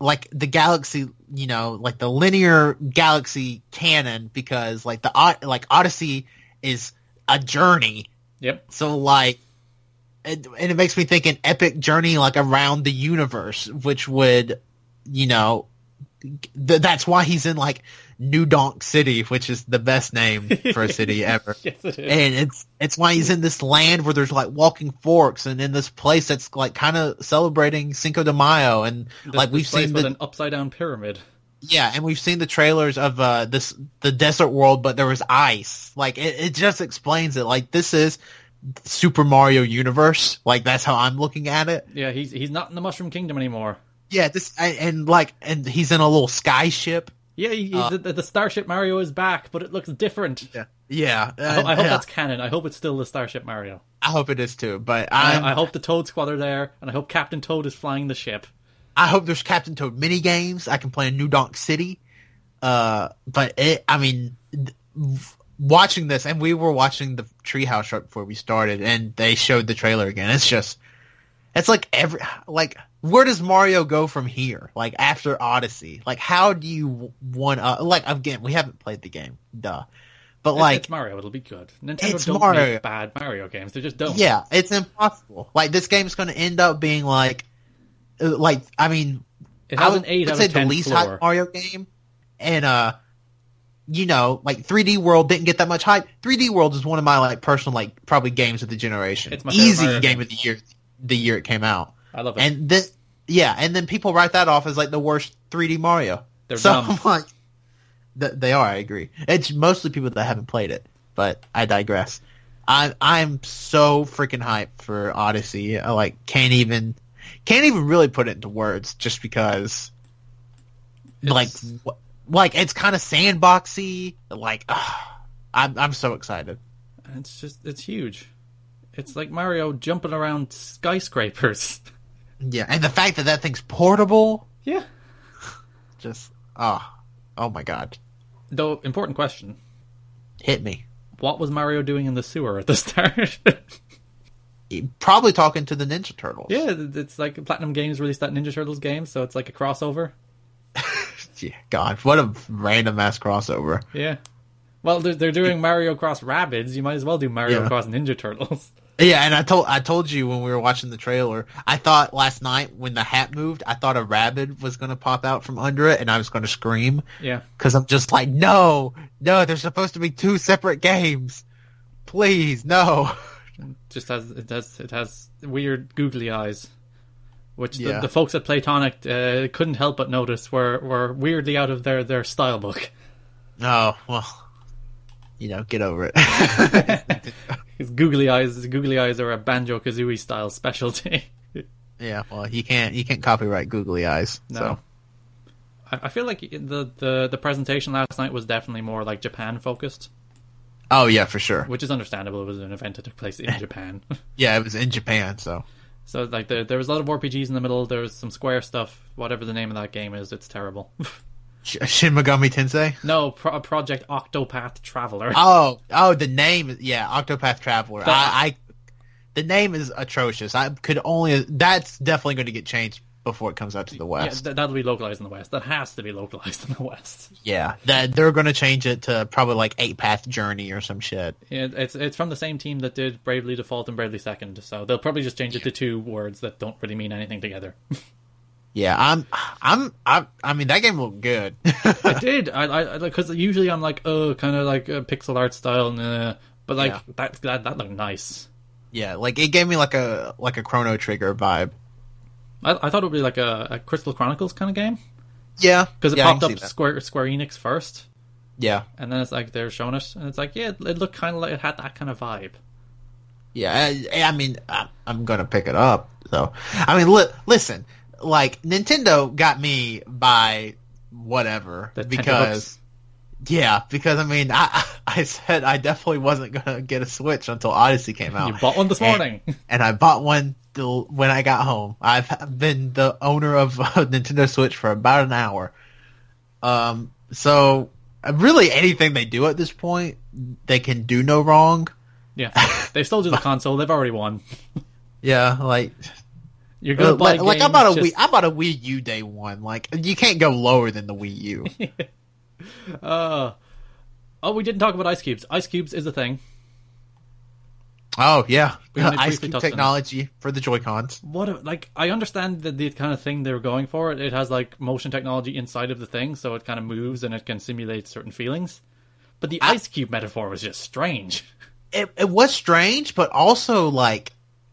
like the Galaxy, you know, like the linear Galaxy canon because like the Od- like Odyssey is a journey
yep.
so like, it, and it makes me think an epic journey like around the universe, which would, you know, th- that's why he's in like New Donk City, which is the best name for a city ever.
(laughs) Yes, it is.
And it's it's why he's in this land where there's like walking forks, and in this place that's like kind of celebrating Cinco de Mayo, and
This-
like we've
this place
seen
with
the
an upside down pyramid.
yeah, and we've seen the trailers of uh this the desert world, but there was ice. Like it, it just explains it. Like this is Super Mario universe. Like that's how I'm looking at it.
Yeah, he's he's not in the Mushroom Kingdom anymore.
Yeah, this and, and like and he's in a little sky ship.
Yeah, he, he- the, the Starship Mario is back, but it looks different.
Uh. Yeah, yeah.
I, ho- I hope
yeah.
that's canon. I hope it's still the Starship Mario.
I hope it is too. But I'm,
I, I
I,
hope the Toad Squad are there, and I hope Captain Toad is flying the ship.
hope there's Captain Toad mini games. I can play in New Donk City. Uh, but it. I mean. th- Watching this, and we were watching the Treehouse right before we started, and they showed the trailer again. It's just, It's like every like where does Mario go from here? Like after Odyssey, like how do you one up? Like again, we haven't played the game, duh. But
It-
like,
it's Mario, it'll be good. Nintendo
it's
don't
Mario.
make bad Mario games; they just don't.
yeah, it's impossible. Like this game's going to end up being like, uh, like I mean,
it
I
has
would
an eight
I'd
out
say
of ten
the least
floor.
hype Mario game, and uh, you know, like 3D World didn't get that much hype. 3D World is one of my like personal like probably games of the generation.
It's my favorite
easy
Mario
game of the year, the year it came out.
I love it.
and this yeah and then people write that off as like the worst 3d mario
They're
so
dumb.
i'm (laughs) like th- they are i agree it's mostly people that haven't played it but i digress i i'm so freaking hyped for odyssey i like can't even can't even really put it into words just because (laughs) like
It's-
wh- like it's kind of sandboxy like i'm i'm so excited
And It's just it's huge. It's like Mario jumping around skyscrapers. (laughs)
yeah and the fact that that thing's portable
Yeah.
just ah oh my god
Though important question.
hit me
(laughs) What was Mario doing in the sewer at the start?
E, probably talking to the Ninja Turtles.
Yeah, it's like Platinum Games released that Ninja Turtles game, so it's like a crossover.
Yeah, God, what a random ass crossover.
Yeah. Well, they're, they're doing Mario Cross Rabbids. You might as well do Mario
Yeah.
Cross Ninja Turtles. (laughs)
Yeah, and I told I told you when we were watching the trailer, I thought last night when the hat moved, I thought a rabbit was going to pop out from under it, and I was going to scream
Yeah.
because I'm just like, no, no, they're supposed to be two separate games. Please, no.
just has it has it has weird googly eyes, which the,
Yeah.
the folks at Platonic uh, couldn't help but notice were were weirdly out of their their style book.
No, Oh, well, you know, get over (laughs) it.
(laughs) Because googly eyes, googly eyes are a banjo kazooie style specialty. (laughs)
yeah, well, you can't you can't copyright googly eyes.
No.
So.
I, I feel like the, the the presentation last night was definitely more like Japan focused,
Oh yeah, for sure.
which is understandable. It was an event that took place in Japan. (laughs)
Yeah, it was in Japan, so
So like there, there was a lot of RPGs in the middle. There was some Square stuff. Whatever the name of that game is, it's terrible. (laughs)
Sh- Shin Megami Tensei.
no, Pro- Project Octopath Traveler.
Oh, oh, the name. Yeah, Octopath Traveler. I, I, the name is atrocious. I could only. That's definitely going to get changed before it comes out to the
Yeah,
West.
th- that'll be localized in the West. That has to be localized in the West.
Yeah, that they're going to change it to probably like Eight Path Journey or some shit.
It, it's it's from the same team that did Bravely Default and Bravely Second, so they'll probably just change it to two words that don't really mean anything together.
Yeah, I'm, I'm, I, I mean, that game looked (laughs) good.
I did, I because usually I'm like, oh, kind of like uh, pixel art style, nah. but like
Yeah.
that, that that looked nice.
yeah, like it gave me like a like a Chrono Trigger vibe.
I, I thought it would be like a, a Crystal Chronicles kind of game
Yeah,
because it
yeah, I
popped
can
up
see that.
Square Square Enix first,
Yeah,
and then it's like they're showing it, and it's like yeah, it, it looked kind of like it had that kind of vibe.
Yeah, I, I mean, I, I'm gonna pick it up. So, I mean, li- listen, like Nintendo got me by whatever
The
because, yeah, because I mean, I (laughs) I said I definitely wasn't gonna get a Switch until Odyssey came out,
You bought one this
And-
morning. (laughs)
and I bought one till when I got home. I've been the owner of (laughs) a Nintendo Switch for about an hour. Um, so uh, really, anything they do at this point, they can do no wrong.
yeah, they still
(laughs)
do the console. They've already won.
Yeah, like uh,
You're gonna buy
like, like
games
I bought a
just-
Wii, I bought a Wii U day one. Like you can't go lower than the Wii
(laughs)
U.
Uh, oh, we didn't talk about ice cubes. Ice cubes is a thing.
oh yeah,
We only
ice
briefly
cube
touched on it.
technology for the Joy Cons.
What a, like I understand the, the kind of thing they were going for. It has like motion technology inside of the thing, so it kind of moves and it can simulate certain feelings. But the ice cube metaphor was just strange.
It, it was strange, but also like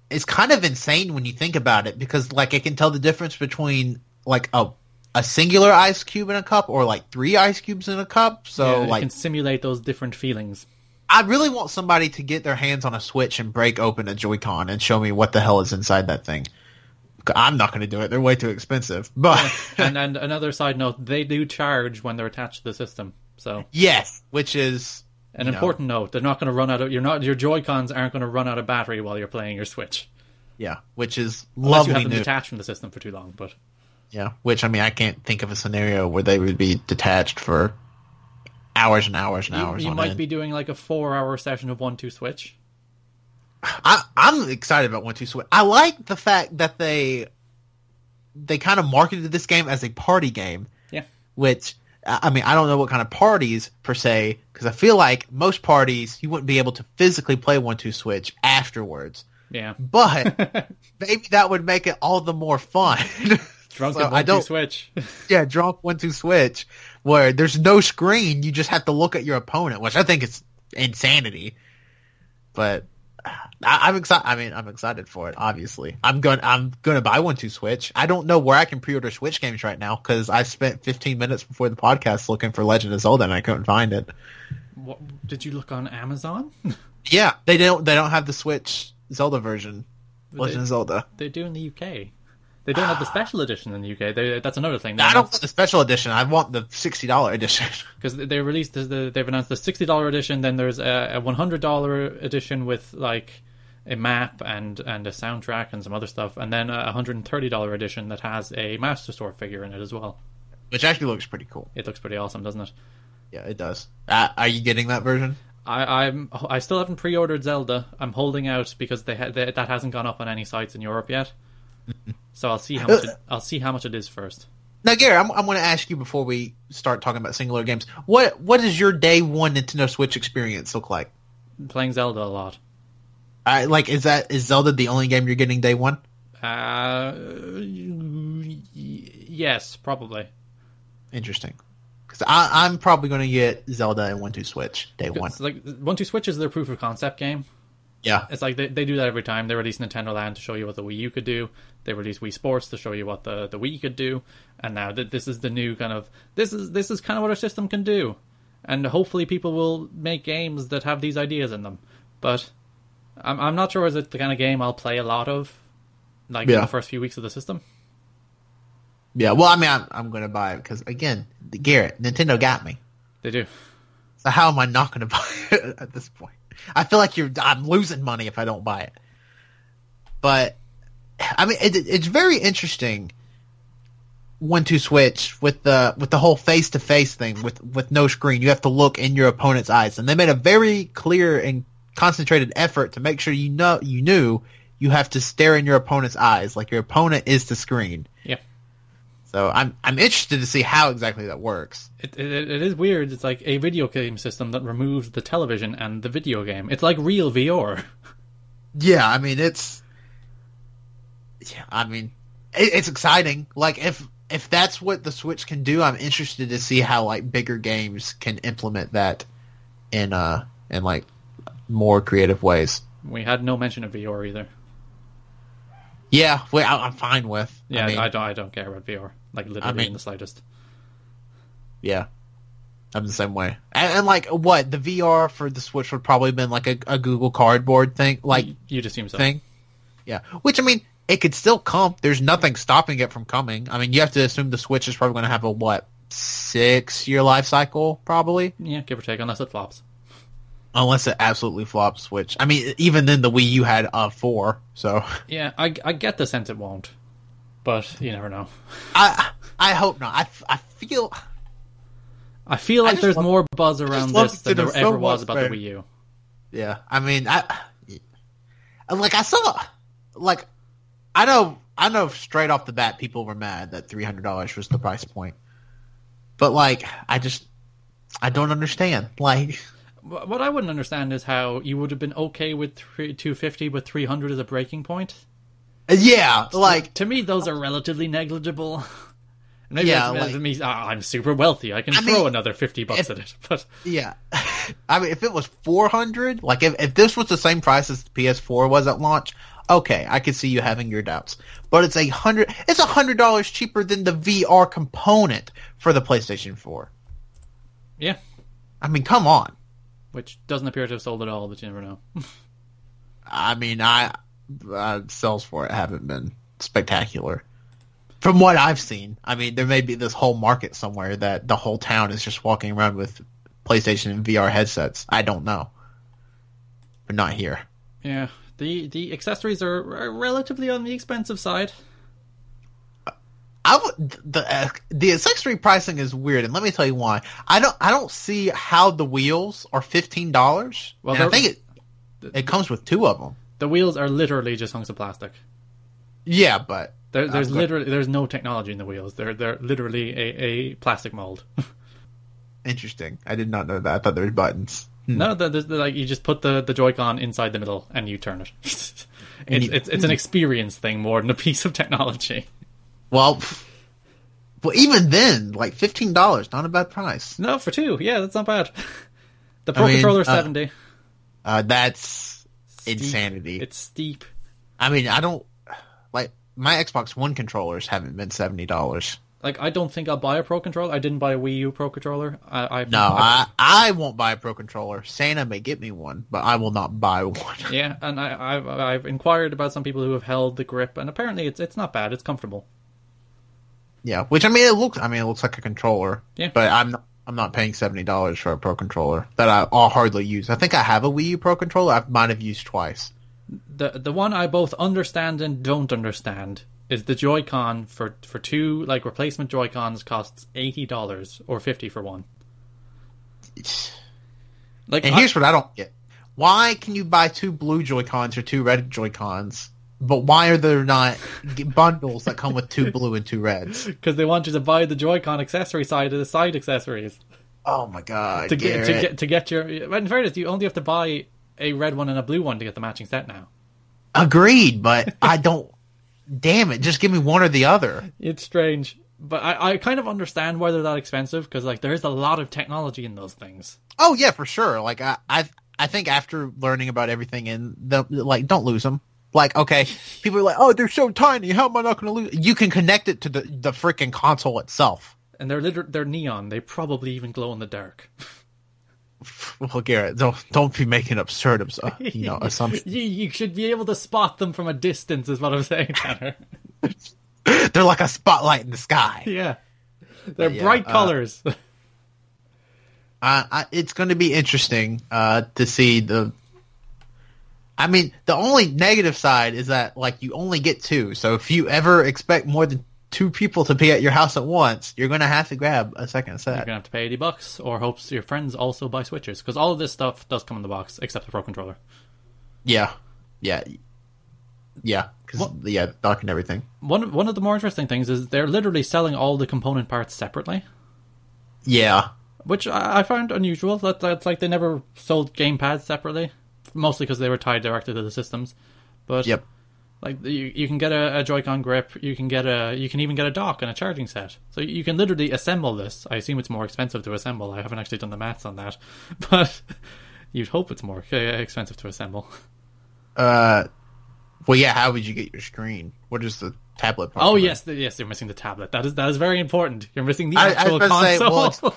it's kind of insane when you think about it because like it can tell the difference between like a a singular ice cube in a cup or like three ice cubes in a cup. (laughs) So
Yeah, it
like
can simulate those different feelings.
(laughs) I really want somebody to get their hands on a Switch and break open a Joy-Con and show me what the hell is inside that thing. I'm not going to do it. They're way too expensive. (laughs) But
and and another side note, they do charge when they're attached to the system. So
Yes, which is
an
You know.
important note, they're not going to run out of you're not your Joy Cons aren't going to run out of battery while you're playing your Switch.
yeah, which is
Unless you
lovely
have them
news.
detached from the system for too long, but.
yeah, which I mean, I can't think of a scenario where they would be detached for hours and hours and
You-
hours.
You
on
might
end.
be doing like a four-hour session of one-two switch.
I, I'm excited about One Two Switch. I like the fact that they they kind of marketed this game as a party game,
Yeah,
which I I mean, I don't know what kind of parties per se, because I feel like most parties you wouldn't be able to physically play One Two Switch afterwards.
yeah.
But maybe that would make it all the more fun. (laughs)
Drunk
So
and
I
one-two
don't-
switch.
yeah, drunk one two switch, where there's no screen, you just have to look at your opponent, which I think is insanity. But uh, I, I'm excited. I mean, I'm excited for it. Obviously, I'm going. I'm going to buy one two switch. I don't know where I can pre-order Switch games right now because I spent 15 minutes before the podcast looking for Legend of Zelda and I couldn't find it.
what, did you look on Amazon? (laughs)
Yeah, they don't. They don't have the Switch Zelda version. Legend of Zelda.
they do in the UK. They don't
(gasps)
have the special edition in the UK. They, that's another thing.
I don't want the special edition. I want the sixty dollar edition. (laughs)
because they released the, they've announced the sixty dollar edition. Then there's a, a one hundred dollar edition with like a map and and a soundtrack and some other stuff, and then a hundred and thirty dollar edition that has a Master Sword figure in it as well.
Which actually looks pretty cool.
It looks pretty awesome, doesn't it?
Yeah, it does. Uh, are you getting that version?
I, I'm I still haven't pre-ordered Zelda. I'm holding out because they, ha- they that hasn't gone up on any sites in Europe
(laughs)
yet. So I'll see how much it, I'll see how much it is first.
Now, Gary, I'm, I'm going to ask you before we start talking about singular games. What what does your day one Nintendo Switch experience look like?
Playing Zelda a lot.
I, like, is that is Zelda the only game you're getting day one?
Uh, y- yes, probably.
Interesting, because I'm probably going to get Zelda and One Two Switch day one.
It's like One Two Switch is their proof of concept game.
Yeah,
It's like they, they do that every time. They release Nintendo Land to show you what the Wii U could do. They release Wii Sports to show you what the, the Wii could do. And now th- this is the new kind of this is this is kind of what our system can do. And hopefully people will make games that have these ideas in them. But I'm I'm not sure is it the kind of game I'll play a lot of, like in
Yeah.
the first few weeks of the system.
yeah. Well, I mean, I'm, I'm going to buy it because again, Garrett, Nintendo got me.
They do.
So how am I not going to (laughs) buy it at this point? I feel like you're. I'm losing money if I don't buy it. But I mean, it, it's very interesting. One two switch with the with the whole face to face thing with with no screen. You have to look in your opponent's eyes, and they made a very clear and concentrated effort to make sure you know you knew you have to stare in your opponent's eyes, like your opponent is the screen.
Yeah.
So I'm I'm interested to see how exactly that works.
It, it, it is weird. It's like a video game system that removes the television and the video game. It's like real VR.
Yeah, I mean it's. Yeah, I mean, it, it's exciting. Like if if that's what the Switch can do, I'm interested to see how like bigger games can implement that in uh in like more creative ways.
(laughs) We had no mention of VR either.
Yeah, well, I, I'm fine with.
Yeah,
I
I,
mean,
don't. I don't care about VR, like literally
mean-
in the slightest.
yeah, I'm the same way. And, and like what the VR for the Switch would probably been like a, a Google Cardboard thing, like
You, you just assume so.
thing. Yeah, which I mean, it could still come. There's nothing stopping it from coming. I mean, you have to assume the Switch is probably going to have a what six year life cycle, probably,
Yeah, give or take, unless it flops.
unless it absolutely flops. Which I mean, even then, the Wii U had a four, so
Yeah, I, I get the sense it won't, but you never know.
(laughs) I I hope not. I, f- I feel
I feel like
just
there's
love-
more buzz around
love
this
that
than there
there's so
ever was
much
about
better.
the Wii U.
yeah. I mean, I like I saw like I know I know straight off the bat people were mad that three hundred dollars was the price point, but like I just I don't understand like.
Wh- What I wouldn't understand is how you would have been okay with three, 250, but 300 is a breaking point.
Yeah, like
To me, those are relatively negligible. (laughs) Maybe
Yeah,
that's,
like-
me, ah, I'm super wealthy. I can
I
throw
mean,
another 50 bucks
if-
at it. (laughs) But
yeah. (laughs) I mean, if it was four hundred, like if if this was the same price as the PS4 was at launch, okay, I could see you having your doubts. But it's a hundred. It's a hundred dollars cheaper than the VR component for the PlayStation 4.
yeah,
I mean, come on.
which doesn't appear to have sold at all, but you never know.
I mean, I uh, sales for it haven't been spectacular. From what I've seen, I mean, there may be this whole market somewhere that the whole town is just walking around with PlayStation and VR headsets. I don't know, but not here.
Yeah, the the accessories are, are relatively on the expensive side.
I would the uh, the accessory pricing is weird, and let me tell you why. I don't I don't see how the wheels are fifteen dollars.
Well,
Well, I
they're-
think it it comes with two of them.
The wheels are literally just hunks of plastic.
Yeah, but
There, there's
I'm go-
literally there's no technology in the wheels. They're they're literally a, a plastic mold.
interesting. I did not know that. I thought there were buttons. Hmm.
no, the, the, the- like you just put the the Joy-Con inside the middle and you turn it. (laughs) it's,
you-
it's
(laughs)
it's an experience thing more than a piece of technology.
Well, pff, well, even then, like fifteen dollars, not a bad price.
No, for two, yeah, that's not bad. (laughs) The Pro
mean,
Controller
uh,
seventy.
Uh, that's
Steep.
insanity.
It's steep.
I mean, I don't like my Xbox One controllers haven't been seventy dollars.
Like I don't think I'll buy a Pro Controller. I didn't buy a Wii U Pro Controller. I, I
No, I I won't buy a Pro controller. Santa may get me one, but I will not buy one. (laughs)
Yeah, and I, I've I've inquired about some people who have held the grip, and apparently it's it's not bad. It's comfortable.
yeah, which I mean, it looks. I mean, it looks like a controller.
Yeah.
But I'm not, I'm not paying seventy dollars for a Pro controller that I, I'll hardly use. I think I have a Wii U Pro controller. I might have used twice.
The the one I both understand and don't understand is the Joy-Con for for two like replacement Joy-Cons costs eighty dollars or fifty for one. Like,
And
I-
here's what I don't get: Why can you buy two blue Joy Cons or two red Joy Cons, but why are there not g- bundles that come with two blue and two reds?
because they want you to buy the Joy-Con accessory side of the side accessories
Oh my god!
to get to
Garrett.
get to get your. But in fairness, you only have to buy a red one and a blue one to get the matching set now.
Agreed, but I don't. Damn it! Just give me one or the other.
It's strange, but I, I kind of understand why they're that expensive because like there is a lot of technology in those things.
Oh yeah, for sure. Like I, I, I think after learning about everything in the like, don't lose them. Like okay, people are like, oh, they're so tiny. How am I not going to lose? You can connect it to the the freaking console itself. (laughs)
And they're liter- they're neon. They probably even glow in the dark. (laughs)
Well, Garrett, don't don't be making absurd, abs- uh, you know,
(laughs)
assumptions.
you, you should be able to spot them from a distance, is what I'm (laughs) saying. Tanner.
They're like a spotlight in the sky.
yeah, (laughs) they're
yeah,
bright (laughs)
uh,
colors.
Uh, I, it's going to be interesting uh, to see the. I mean, the only negative side is that like you only get two. So if you ever expect more than two people to be at your house at once, you're going to have to grab a second
You're
set.
gonna have to pay eighty bucks, or hope your friends also buy switches because all of this stuff does come in the box except the pro controller.
Yeah, yeah, yeah. Because
What-
yeah, dock and everything.
One one of the more interesting things is they're literally selling all the component parts separately,
Yeah,
which I, I find unusual. That that's like they never sold gamepads separately, mostly because they were tied directly to the systems. But
yep.
like you, you can get a, a Joy-Con grip, you can get a you can even get a dock and a charging set. So you can literally assemble this. I assume it's more expensive to assemble. I haven't actually done the maths on that, (laughs) but you'd hope it's more uh, expensive to assemble.
Well, yeah. How would you get your screen? What is the tablet? Part
Oh
of it?
yes, th- yes, you're missing the tablet. That is that is very important. You're missing the
I- I was
actual
about to say,
console.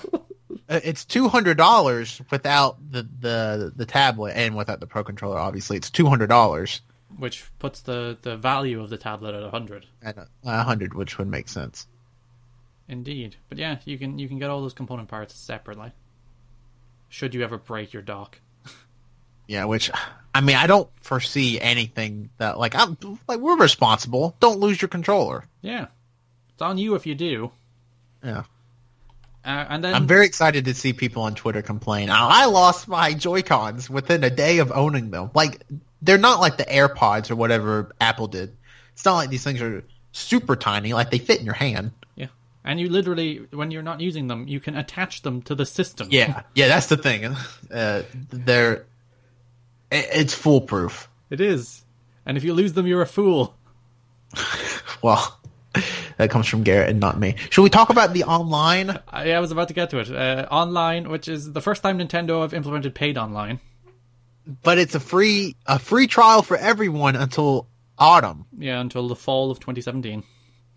Uh, it's two hundred dollars without the, the the tablet and without the pro controller. Obviously, it's two hundred dollars
(laughs) which puts the, the value of the tablet at 100
and a hundred, which would make sense.
indeed but yeah you can you can get all those component parts separately should you ever break your dock
Yeah, which I mean, I don't foresee anything that like I'm like we're responsible. Don't lose your controller.
yeah it's on you if you do
Yeah,
uh, and then
I'm very excited to see people on Twitter complain. "Oh, I lost my Joy Cons within a day of owning them. Like they're not like the AirPods or whatever Apple did. It's not like these things are super tiny. Like they fit in your hand.
yeah and you literally when you're not using them you can attach them to the system
Yeah, yeah, that's the thing. Uh, they're it, it's foolproof.
it is and if you lose them you're a fool
Well, (laughs) that comes from Garrett and not me. Should we talk about the online?
I, I was about to get to it uh, online which is the first time nintendo have implemented paid online
But it's a free a free trial for everyone until autumn,
yeah until the fall of 2017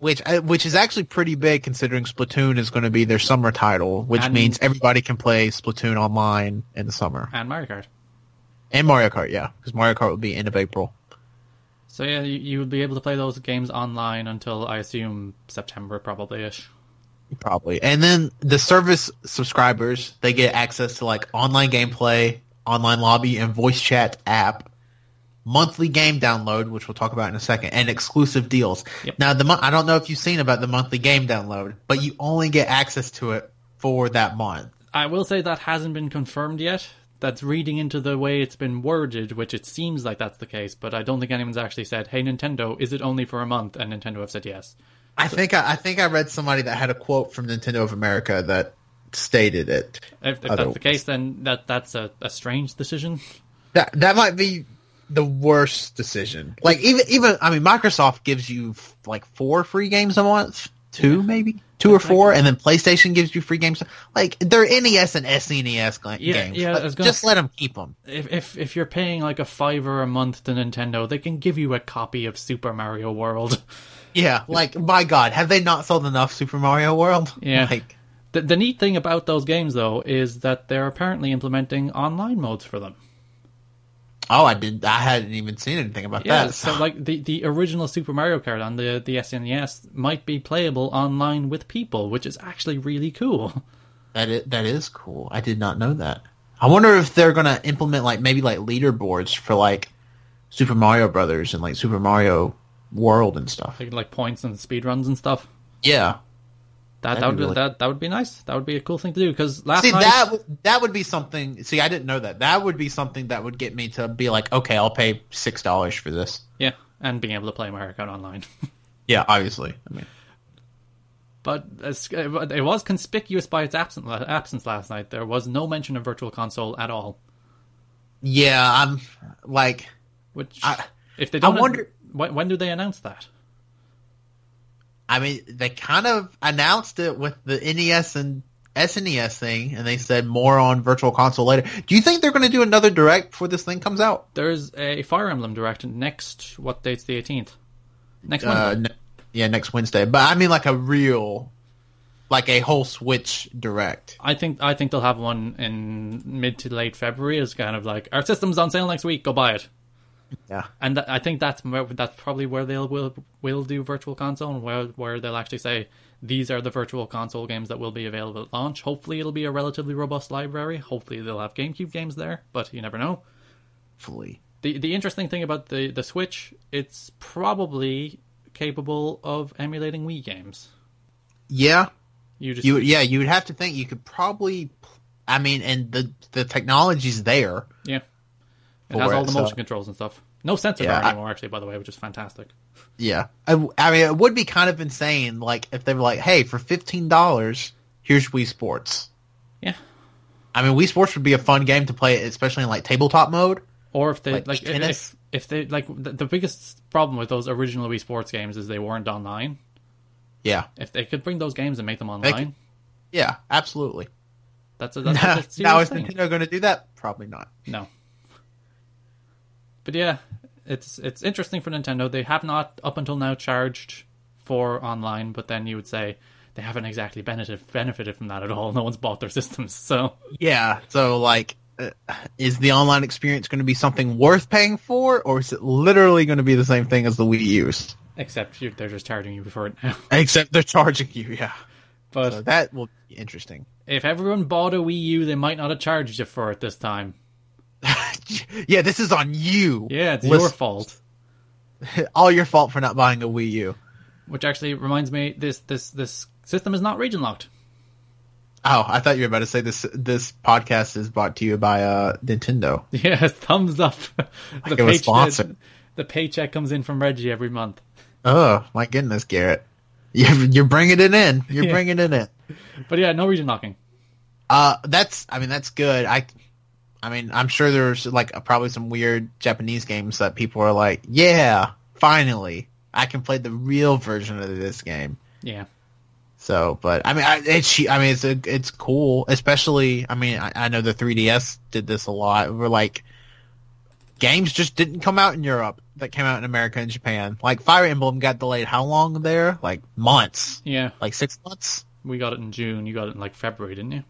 which uh, which is actually pretty big considering Splatoon is going to be their summer title, which
And-
means everybody can play Splatoon online in the summer
and mario kart
and Mario Kart. Yeah, because Mario Kart will be end of April.
So yeah, you, you would be able to play those games online until I assume September, probably ish.
probably. And then the service subscribers, they get access to like online gameplay, online lobby, and voice chat app, monthly game download, which we'll talk about in a second, and exclusive deals.
Yep.
Now, the mon- I don't know if you've seen about the monthly game download, but you only get access to it for that month.
I will say that hasn't been confirmed yet. That's reading into the way it's been worded, which it seems like that's the case, but I don't think anyone's actually said, "Hey Nintendo, is it only for a month?" And Nintendo have said yes.
I think I, I think I read somebody that had a quote from Nintendo of America that stated it.
If, if that's
Otherwise-
the case, then that that's a, a strange decision.
That that might be the worst decision. Like even even I mean Microsoft gives you f- like four free games a month, two maybe, two or four, and then PlayStation gives you free games. Like they're NES and SNES gla-
Yeah,
games.
yeah, I
Like,
was gonna
just let them keep them.
If if if you're paying like a fiver a month to Nintendo, they can give you a copy of Super Mario World. (laughs)
Yeah, like my God, have they not sold enough Super Mario World?
Yeah.
(laughs) like
The, the neat thing about those games, though, is that they're apparently implementing online modes for them.
oh, I didn't, I hadn't even seen anything about
Yeah,
that.
so like the, the original Super Mario Kart on the the SNES might be playable online with people, which is actually really cool. (laughs)
That is, that is cool. I did not know that. I wonder if they're gonna implement like maybe like leaderboards for like Super Mario Brothers and like Super Mario World and stuff.
Like, like points and speedruns and stuff.
Yeah,
That
That'd
that
be
would
really-
that that would be nice. That would be a cool thing to do because last
See
night
that w- that would be something. See, I didn't know that. That would be something that would get me to be like, okay, I'll pay six dollars for this.
yeah, and being able to play Mario Kart online. (laughs)
Yeah, obviously. I mean,
But it's- it was conspicuous by its absence, absence last night. There was no mention of Virtual Console at all.
yeah, I'm like,
Which,
I-
if they don't,
wonder-
when, when do they announce that?
I mean, they kind of announced it with the NES and SNES thing, and they said more on Virtual Console later. Do you think they're going to do another direct before this thing comes out?
There's a Fire Emblem Direct next. What date's the 18th? Next
Uh,
Monday.
ne- yeah, next Wednesday. But I mean, like a real, like a whole Switch direct.
I think I think they'll have one in mid to late February. Is kind of like our system's on sale next week. Go buy it.
Yeah.
And th- I think that's where- that's probably where they'll will will do virtual console and where where they'll actually say these are the virtual console games that will be available at launch. Hopefully, it'll be a relatively robust library. Hopefully, they'll have GameCube games there, but you never know.
Hopefully.
the The interesting thing about the the Switch, it's probably capable of emulating Wii games.
Yeah.
You just
You yeah, you would have to think you could probably. I mean, and the the technology's there.
yeah, it
For
has all
it,
the
so-
motion controls and stuff. No sensor
Yeah,
bar
I-
anymore, actually, by the way, which is fantastic.
Yeah, I, I mean, it would be kind of insane, like if they were like, "Hey, for fifteen dollars, here's Wii Sports."
Yeah.
I mean, Wii Sports would be a fun game to play, especially in like tabletop mode.
Or if they like,
Like
if-
tennis?
if, if they like the, the biggest problem with those original Wii Sports games is they weren't online.
Yeah,
If they could bring those games and make them
They
online,
could- yeah, absolutely.
that's a that's
(laughs)
a-
now,
that's a
now
serious
is
thing.
Nintendo going to do that? Probably not.
No. But yeah, it's it's interesting for Nintendo. They have not up until now charged for online, but then you would say they haven't exactly benefited benefited from that at all. No one's bought their systems, so
Yeah, so like, uh, is the online experience going to be something worth paying for, or is it literally going to be the same thing as the Wii U's?
except you, they're just charging you for it now.
Except they're charging you. Yeah,
But
so that will be interesting. (laughs)
if everyone bought a Wii U, they might not have charged you for it this time.
yeah, this is on you.
Yeah, it's your
Listen-
fault.
all your fault for not buying a Wii U.
Which actually reminds me, this this this system is not region locked. (laughs)
Oh, I thought you were about to say this. This podcast is brought to you by uh, Nintendo.
Yeah, thumbs up. (laughs) The
it was sponsored.
the, the paycheck comes in from Reggie every month.
Oh my goodness, Garrett, (laughs) you're, you're bringing it in. You're
Yeah.
bringing it in.
But yeah, no region locking.
Uh, that's. I mean, that's good. I. I mean, I'm sure there's like probably some weird Japanese games that people are like, yeah, finally, I can play the real version of this game.
Yeah.
So, but I mean, I, it's she- I mean, it's a, it's cool, especially. I mean, I, I know the 3DS did this a lot. We're like, games just didn't come out in Europe that came out in America and Japan. Like Fire Emblem got delayed. How long there? Like months,
Yeah,
like six months
we got it in June. You got it in like February, didn't you?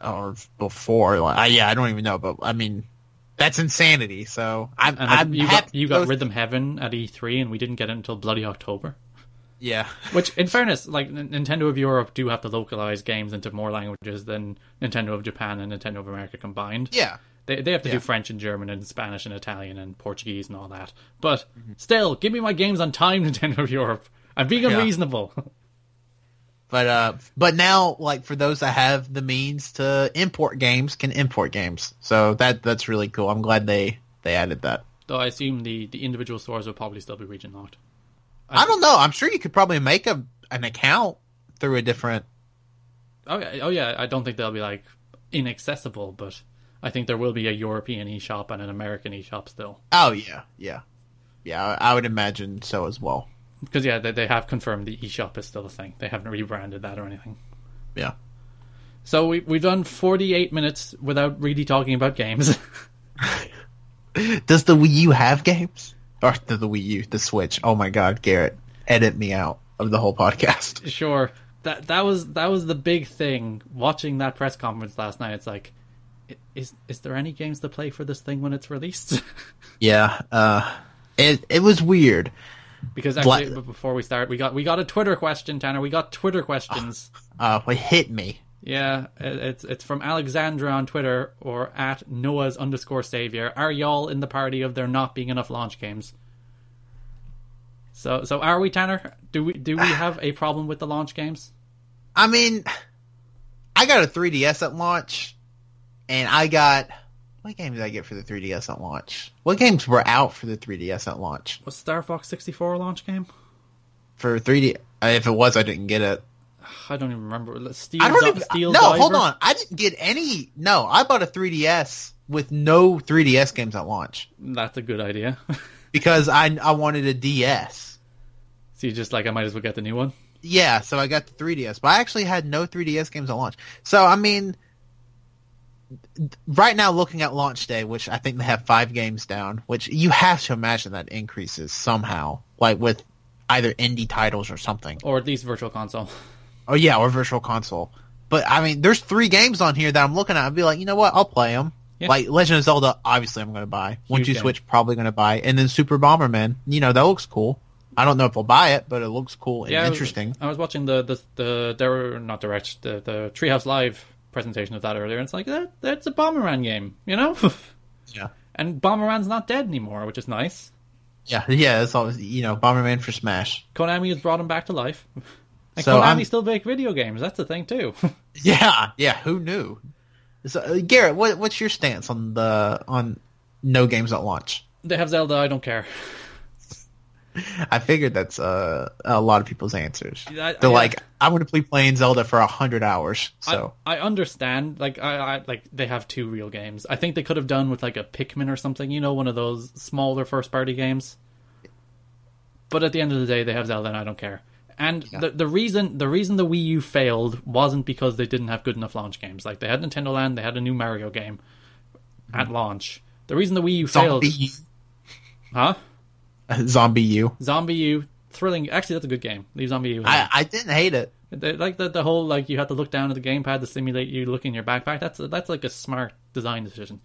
or before. Like, I, yeah, I don't even know, but I mean, that's insanity. So I'm,
And like,
I'm
you
happy
got you got
those-
Rhythm Heaven at E3, and we didn't get it until bloody October.
yeah,
Which, in fairness, like N- Nintendo of Europe do have to localize games into more languages than Nintendo of Japan and Nintendo of America combined.
yeah.
They they have to
Yeah.
do French and German and Spanish and Italian and Portuguese and all that. But
Mm-hmm.
still, give me my games on time, (laughs) Nintendo of Europe. I'm being
Yeah.
unreasonable. (laughs)
But uh, but now like for those that have the means to import games can import games. So that that's really cool. I'm glad they they added that.
Though I assume the, the individual stores will probably still be region locked.
I don't know. I'm sure you could probably make a an account through a different.
Oh yeah, oh yeah. I don't think they'll be like inaccessible, but I think there will be a European eShop and an American eShop still.
Oh yeah, yeah, yeah. I, I would imagine so as well.
Because yeah, they, they have confirmed the eShop is still a thing. They haven't rebranded that or anything.
Yeah.
So we we've done 48 minutes without really talking about games. (laughs)
Does the Wii U have games? Or the, the Wii U, the Switch? Oh my God, Garrett, edit me out of the whole podcast. (laughs)
sure. That that was that was the big thing watching that press conference last night. It's like i- is is there any games to play for this thing when it's released? (laughs)
Yeah. Uh, it it was weird.
because
Bla-
actually b- before we start, we got we got a Twitter question, Tanner. We got Twitter questions.
Uh, it hit me.
Yeah, it- it's it's from Alexandra on Twitter or at Noah's underscore savior. Are y'all in the party of there not being enough launch games? So so are we Tanner? Do we do we have a problem with the launch games?
I mean, I got a 3DS at launch, and I got what game did I get for the 3DS at launch? What games were out for the 3DS at launch?
Was Star Fox 64 a launch game?
For 3D, uh, if it was, I didn't get it.
I don't even remember. Steel,
I don't
Di-
even,
Steel
no, hold
Diver?
on. I didn't get any. No, I bought a 3DS with no 3DS games at launch
That's a good idea. (laughs)
because I I wanted a DS.
so you just like, I might as well get the new one.
Yeah, so I got the 3DS, but I actually had no 3DS games at launch. So I mean, th- right now looking at launch day, which I think they have five games down, which you have to imagine that increases somehow, like with either indie titles or something.
Or at least Virtual
(laughs)
Console.
Oh yeah, or Virtual Console. But I mean, there's three games on here that I'm looking at. I'd be like, you know what? I'll play them.
Yeah.
Like Legend of Zelda, obviously I'm going to buy. Once
Huge
you
game.
Switch, probably going to buy. And then Super Bomberman, you know that looks cool. I don't know if I'll buy it, but it looks cool and
Yeah, I was-
interesting.
I was, watching the the the dir- not direct the the Treehouse Live presentation of that earlier. and It's like that that's a Bomberman game, you know. (laughs)
Yeah,
and Bomberman's not dead anymore, which is nice.
yeah, (laughs) yeah. It's always you know Bomberman for Smash. (laughs)
Konami has brought him back to life. (laughs) And
So
Konami
I'm-
still make video games. That's the thing too. (laughs)
Yeah, yeah. Who knew? So, uh, Garrett, what, what's your stance on the on no games at launch?
they have Zelda. I don't care.
I figured that's uh, a lot of people's answers.
Yeah, I-
They're
yeah.
like, I'm going to be playing Zelda for hundred hours.
I-
So
I, understand. Like I, I like they have two real games. I think they could have done with like a Pikmin or something. You know, one of those smaller first party games. But at the end of the day, they have Zelda, and I don't care. And the the reason the reason the Wii U failed wasn't because they didn't have good enough launch games. Like they had Nintendo Land, they had a new Mario game at launch. The reason the Wii U failed,
Mm-hmm. zombie, U-
huh?
(laughs) zombie you.
Zombie U, thrilling. Actually, that's a good game. Leave Zombie U.
I, I didn't hate it.
They, like the the whole like you have to look down at the gamepad to simulate you looking in your backpack. That's that's like a smart design decision.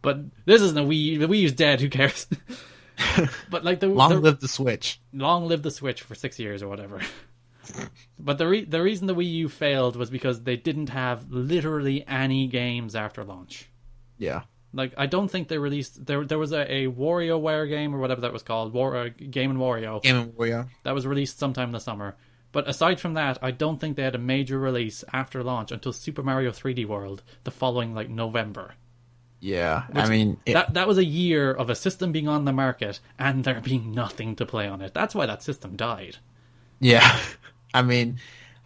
But this isn't a Wii. U- The Wii U's dead. Who cares?
(laughs)
but like the
Long
the,
live the Switch.
long live the Switch for six years or whatever. (laughs) but the re- the reason the Wii U failed was because they didn't have literally any games after launch.
Yeah.
Like I don't think they released there. There was a, a WarioWare game or whatever that was called, War uh, Game and Wario
Game and Wario.
that was released sometime in the summer. But aside from that, I don't think they had a major release after launch until Super Mario 3D World the following like November.
Yeah. I mean, it-
That that was a year of a system being on the market and there being nothing to play on it. That's why that system died.
yeah. (laughs) I mean,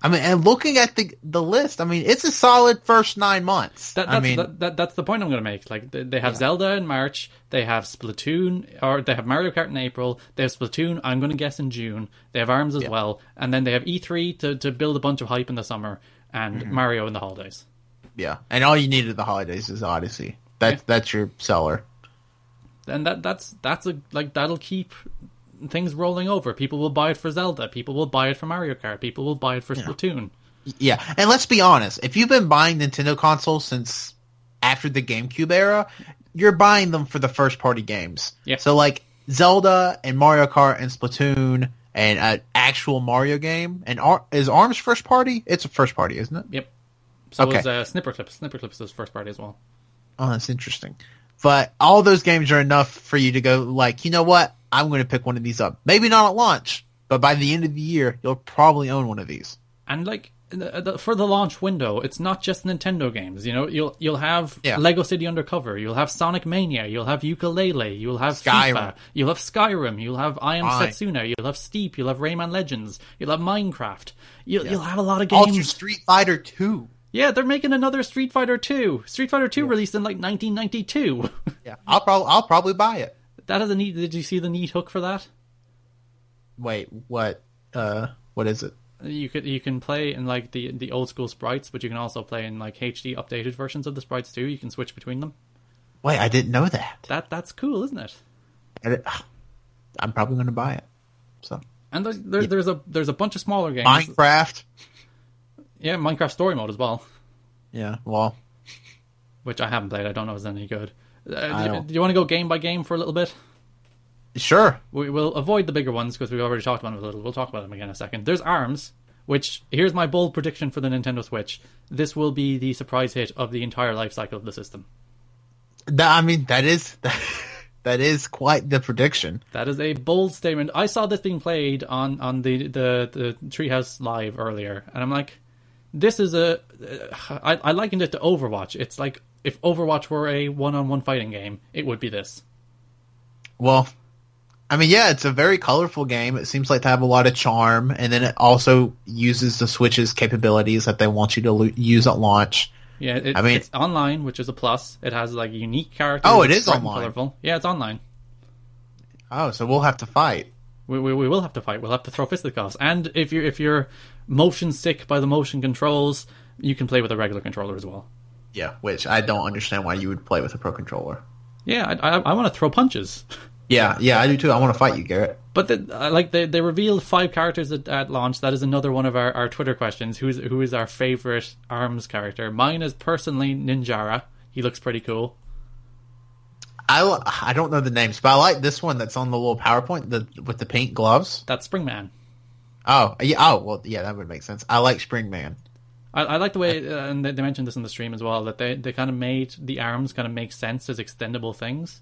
I mean, and looking at the the list, I mean, it's a solid first nine months.
That, that's,
I mean,
that, that, that's the point I'm going to make. Like they, they have Zelda in March, they have Splatoon, or they have Mario Kart in April. They have Splatoon. I'm going to guess in June. They have Arms as well, and then they have E3 to to build a bunch of hype in the summer and
Mm-hmm.
Mario in the holidays.
yeah. And all you need at the holidays is Odyssey. That that's your seller.
and that that's that's a like that'll keep things rolling over. People will buy it for Zelda. People will buy it for Mario Kart. People will buy it for Splatoon.
Yeah, and let's be honest. If you've been buying Nintendo consoles since after the GameCube era, you're buying them for the first party games.
Yeah.
So like Zelda and Mario Kart and Splatoon and an actual Mario game and Ar- is Arms first party? It's a first party, isn't it?
Yep. So
Okay.
is uh, Snipperclips. Snipperclips is first party as well.
Oh, that's interesting. But all those games are enough for you to go like, you know what? I'm going to pick one of these up. Maybe not at launch, but by the end of the year, you'll probably own one of these.
And like the, the, for the launch window, it's not just Nintendo games. You know, you'll you'll have
Yeah.
Lego City Undercover. You'll have Sonic Mania. You'll have Ukulele. You'll have
Skyrim.
FIFA. You'll have Skyrim. You'll have I Am
Fine.
Setsuna. You'll have Steep. You'll have Rayman Legends. You'll have Minecraft. You'll you'll have a lot of games.
Ultra Street Fighter 2.
Yeah, they're making another Street Fighter 2. Street Fighter 2 released in like 1992.
Yeah. I'll probably I'll probably buy it.
(laughs) that is a neat. Did you see the neat hook for that?
wait what uh what is it
You could you can play in like the the old school sprites, but you can also play in like HD updated versions of the sprites too. You can switch between them.
wait i didn't know that
That that's cool, isn't it?
I did- (sighs) i'm probably going to buy it so
And there's there, there's a there's a bunch of smaller games.
minecraft
Yeah, Minecraft Story Mode as well,
yeah well
which I haven't played. I don't know if it's any good. Uh,
I
do, you,
don't-
do you want to go game by game for a little bit?
sure
we will avoid the bigger ones because we've already talked about them a little. We'll talk about them again in a second. There's ARMS, which here's my bold prediction for the Nintendo Switch. This will be the surprise hit of the entire life cycle of the system.
that, i mean that is (laughs) That is quite the prediction.
That is a bold statement. I saw this being played on on the the, the Treehouse Live earlier, and I'm like, this is a. uh, I, I likened it to Overwatch. It's like if Overwatch were a one-on-one fighting game, it would be this.
Well, I mean, yeah, it's a very colorful game. It seems like to have a lot of charm, and then it also uses the Switch's capabilities that they want you to lo- use at launch.
Yeah, it,
I mean-
it's online, which is a plus. It has like unique characters.
Oh, it
it's
is
bright and
online.
Colorful. Yeah, it's online.
Oh, so we'll have to fight.
We, we, we will have to fight. We'll have to throw fisticuffs. And if you if you're motion sick by the motion controls, you can play with a regular controller as well.
Yeah, which I don't understand why you would play with a pro controller.
Yeah, I I, I want to throw punches. (laughs)
Yeah, yeah, I do too. I want to fight you, Garrett.
But the, uh, like they, they revealed five characters at, at launch. That is another one of our, our Twitter questions. Who's who is our favorite arms character? Mine is personally Ninjara. He looks pretty cool.
I, li- I don't know the names, but I like this one that's on the little PowerPoint the, with the pink gloves.
That's Springman.
Oh, yeah, oh, well, yeah, that would make sense. I like Springman.
I, I like the way, uh, and they, they mentioned this in the stream as well, that they, they kind of made the arms kind of make sense as extendable things.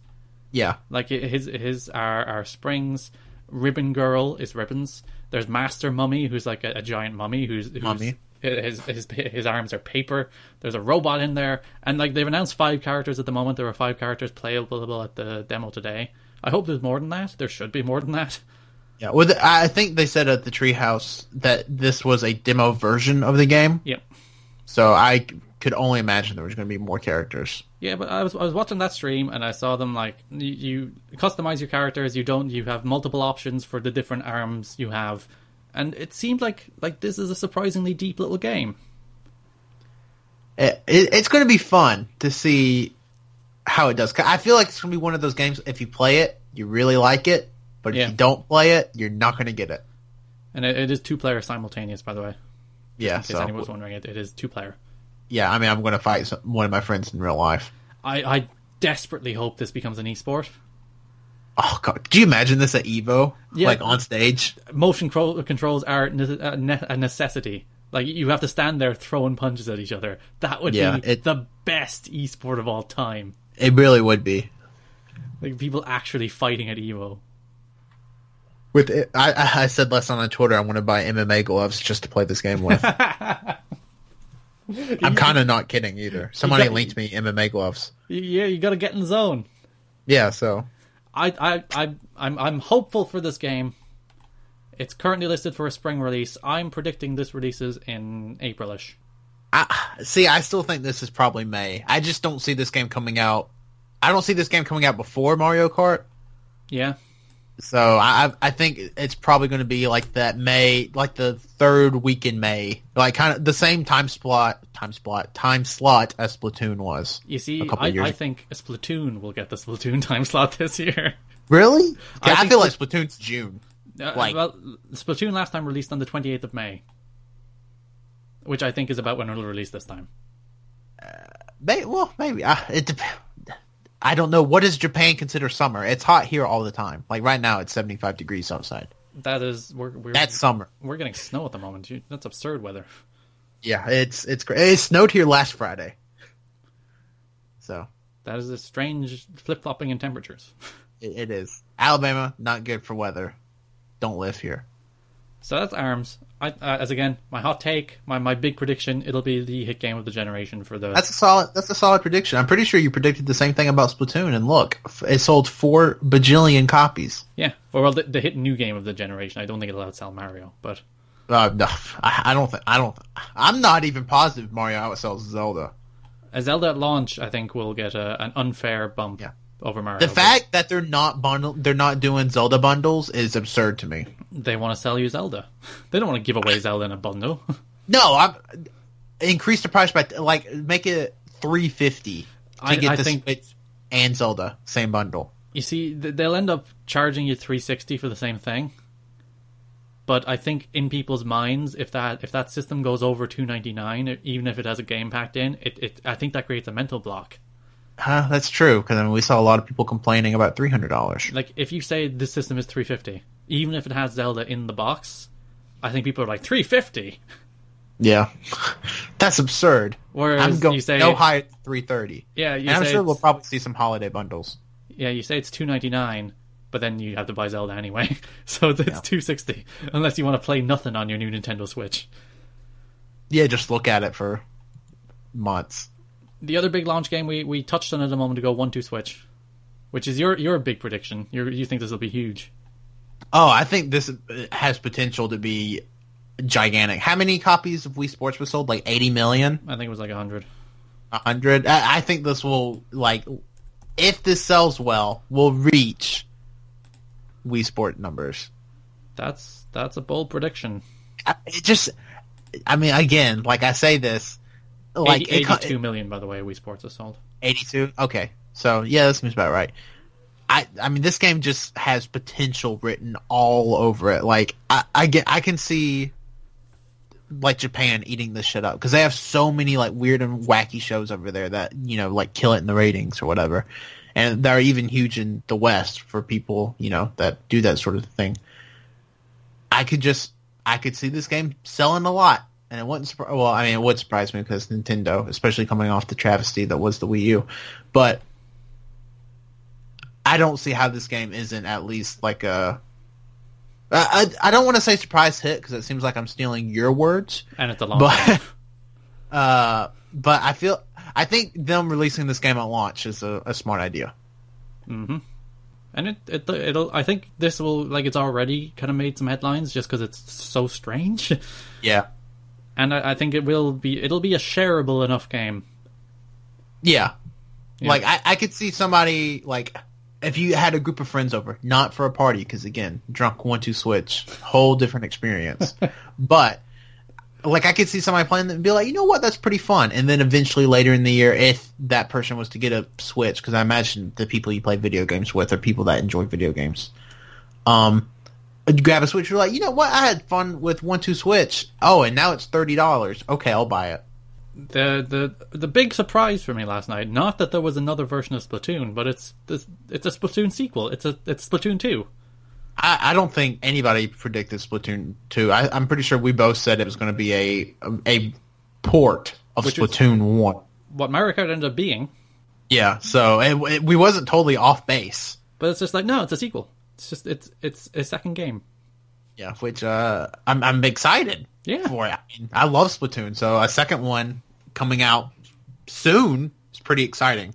Yeah,
Like hi- his his are are springs. Ribbon Girl is ribbons. There's Master Mummy, who's like a, a giant mummy, who's, who's
Mummy.
His, his his arms are paper. There's a robot in there, and like they've announced five characters at the moment. There were five characters playable at the demo today. I hope there's more than that. There should be more than that. (laughs)
yeah. Well, the, I think they said at the treehouse that this was a demo version of the game,
Yep.
so I c- could only imagine there was going to be more characters.
Yeah, but I was I was watching that stream and I saw them like you, you customize your characters. You don't you have multiple options for the different arms you have, and it seemed like like this is a surprisingly deep little game.
It, it, it's going to be fun to see how it does. 'Cause I feel like it's going to be one of those games. If you play it, you really like it, but
Yeah.
if you don't play it, you're not going to get it.
And it, it is two player simultaneous, by the way.
Yeah,
In case
so
anyone was wondering, it, it is two player.
yeah, I mean, I'm going to fight some, one of my friends in real life.
I, I desperately hope this becomes an esport.
Oh god, do you imagine this at Evo?
Yeah.
Like on stage?
Motion cro- controls are ne- a ne- a necessity. Like you have to stand there throwing punches at each other. That would
Yeah,
be
it-
the best esport of all time.
It really would be.
Like people actually fighting at E Evo.
With it, I- I, I said last time on Twitter, I want to buy MMA gloves just to play this game with. I'm kind of not kidding either. Somebody
got-
linked me MMA gloves.
Y- Yeah, you got to get in the zone.
Yeah, so
I, I, I, I'm, I'm hopeful for this game. It's currently listed for a spring release. I'm predicting this releases in Aprilish.
I see. I still think this is probably May. I just don't see this game coming out. I don't see this game coming out before Mario Kart.
Yeah,
So I I- I think it's probably going to be like that May, like the third week in May, like kind of the same time slot, time slot, time slot as Splatoon was.
You see,
a couple
I,
years
I
ago.
think Splatoon will get the Splatoon (laughs) time slot this (laughs) year.
Really?
I
I,
think
feel like Splatoon's June.
Uh,
Like-
well, Splatoon last time released on the 28th of May, which I think is about when it'll release this time.
May, well, maybe I, it. Dep- I don't know. What does Japan consider summer? It's hot here all the time. Like right now, it's seventy five degrees outside.
That is, we're we're,
That's summer.
we're getting snow at the moment. You- That's absurd weather. (laughs)
Yeah, it's it's great. It snowed here last Friday. So
That is a strange flip flopping in temperatures. (laughs)
it, it is. Alabama, not good for weather. Don't live here.
So that's arms. I, uh, as again, my hot take, my, my big prediction, it'll be the hit game of the generation for the.
That's a solid. That's a solid prediction. I'm pretty sure you predicted the same thing about Splatoon. And look, f- it sold four bajillion copies.
yeah, or well, the, the hit new game of the generation. I don't think it'll outsell Mario, but
Uh, no, I, I don't think. I don't. I'm not even positive Mario outsells Zelda.
a Zelda at launch, I think, will get a, an unfair bump
Yeah.
over Mario.
The
but
fact that they're not bundle, they're not doing Zelda bundles is absurd to me.
they want to sell you Zelda. (laughs) They don't want to give away Zelda in a bundle. (laughs)
No, I'm increase the price by like make it three fifty to
I-
get
I
the
think-
Switch and Zelda same bundle.
you see, th- they'll end up charging you 360 for the same thing. But I think in people's minds, if that if that system goes over 299, even if it has a game packed in, it, it I think that creates a mental block.
Huh, that's true because I mean we saw a lot of people complaining about three hundred dollars.
Like if you say this system is 350, even if it has Zelda in the box, I think people are like 350.
Yeah, (laughs) that's absurd.
Whereas
I'm going
you say
no higher than three thirty.
Yeah, you
and I'm
say
sure
it's-
we'll probably see some holiday bundles.
yeah, you say it's two ninety nine, but then you have to buy Zelda anyway, (laughs) so it's, it's
Yeah.
two sixty unless you want to play nothing on your new Nintendo Switch.
Yeah, just look at it for months.
The other big launch game we, we touched on it a moment ago, One Two Switch, which is your your big prediction. you you think this will be huge?
Oh, I think this has potential to be gigantic. How many copies of Wii Sports were sold? Like 80 million?
I think it was like hundred.
100? I, I think this will, like, if this sells well, will reach Wii Sport numbers.
That's that's a bold prediction.
I- It just, I mean, again, like I say this, like,
Eighty-
it co-
82 million, by the way, Wii Sports has sold.
82 okay so yeah that seems about right i i mean this game just has potential written all over it like i i get i can see like japan eating this shit up because they have so many like weird and wacky shows over there that you know like kill it in the ratings or whatever and they're even huge in the west for people you know that do that sort of thing i could just i could see this game selling a lot and it wouldn't surpri- well i mean it would surprise me because nintendo especially coming off the travesty that was the wii u but i don't see how this game isn't at least like a i, I, I don't want to say surprise hit because it seems like i'm stealing your words
And it's a launch.
but (laughs) uh but i feel i think them releasing this game at launch is a, a smart idea
And it, it it'll I think this will like it's already kind of made some headlines just because it's so strange, (laughs)
yeah
and I, I think it will be it'll be a shareable enough game.
Yeah.
Yeah.
Like I, I could see somebody like if you had a group of friends over, not for a party because again, drunk one two switch, whole different experience. but like I could see somebody playing that and be like, you know what, that's pretty fun. And then eventually later in the year, if that person was to get a switch, because I imagine the people you play video games with are people that enjoy video games. Um, you grab a switch, you're like, you know what, I had fun with one two switch. Oh, and now it's thirty dollars. Okay, I'll buy it.
The the the big surprise for me last night, not that there was another version of Splatoon, but it's this it's a Splatoon sequel. It's a it's Splatoon two.
I, I don't think anybody predicted Splatoon two. I, I'm pretty sure we both said it was going to be a a port of
Which is-
Splatoon one.
What Mario Kart ended up being,
Yeah, so it, it, we wasn't totally off base.
but it's just like no, it's a sequel. It's just it's it's a second game.
Yeah, which uh, I'm I'm excited
Yeah.
for it. I, mean, I love Splatoon, so a second one coming out soon is pretty exciting.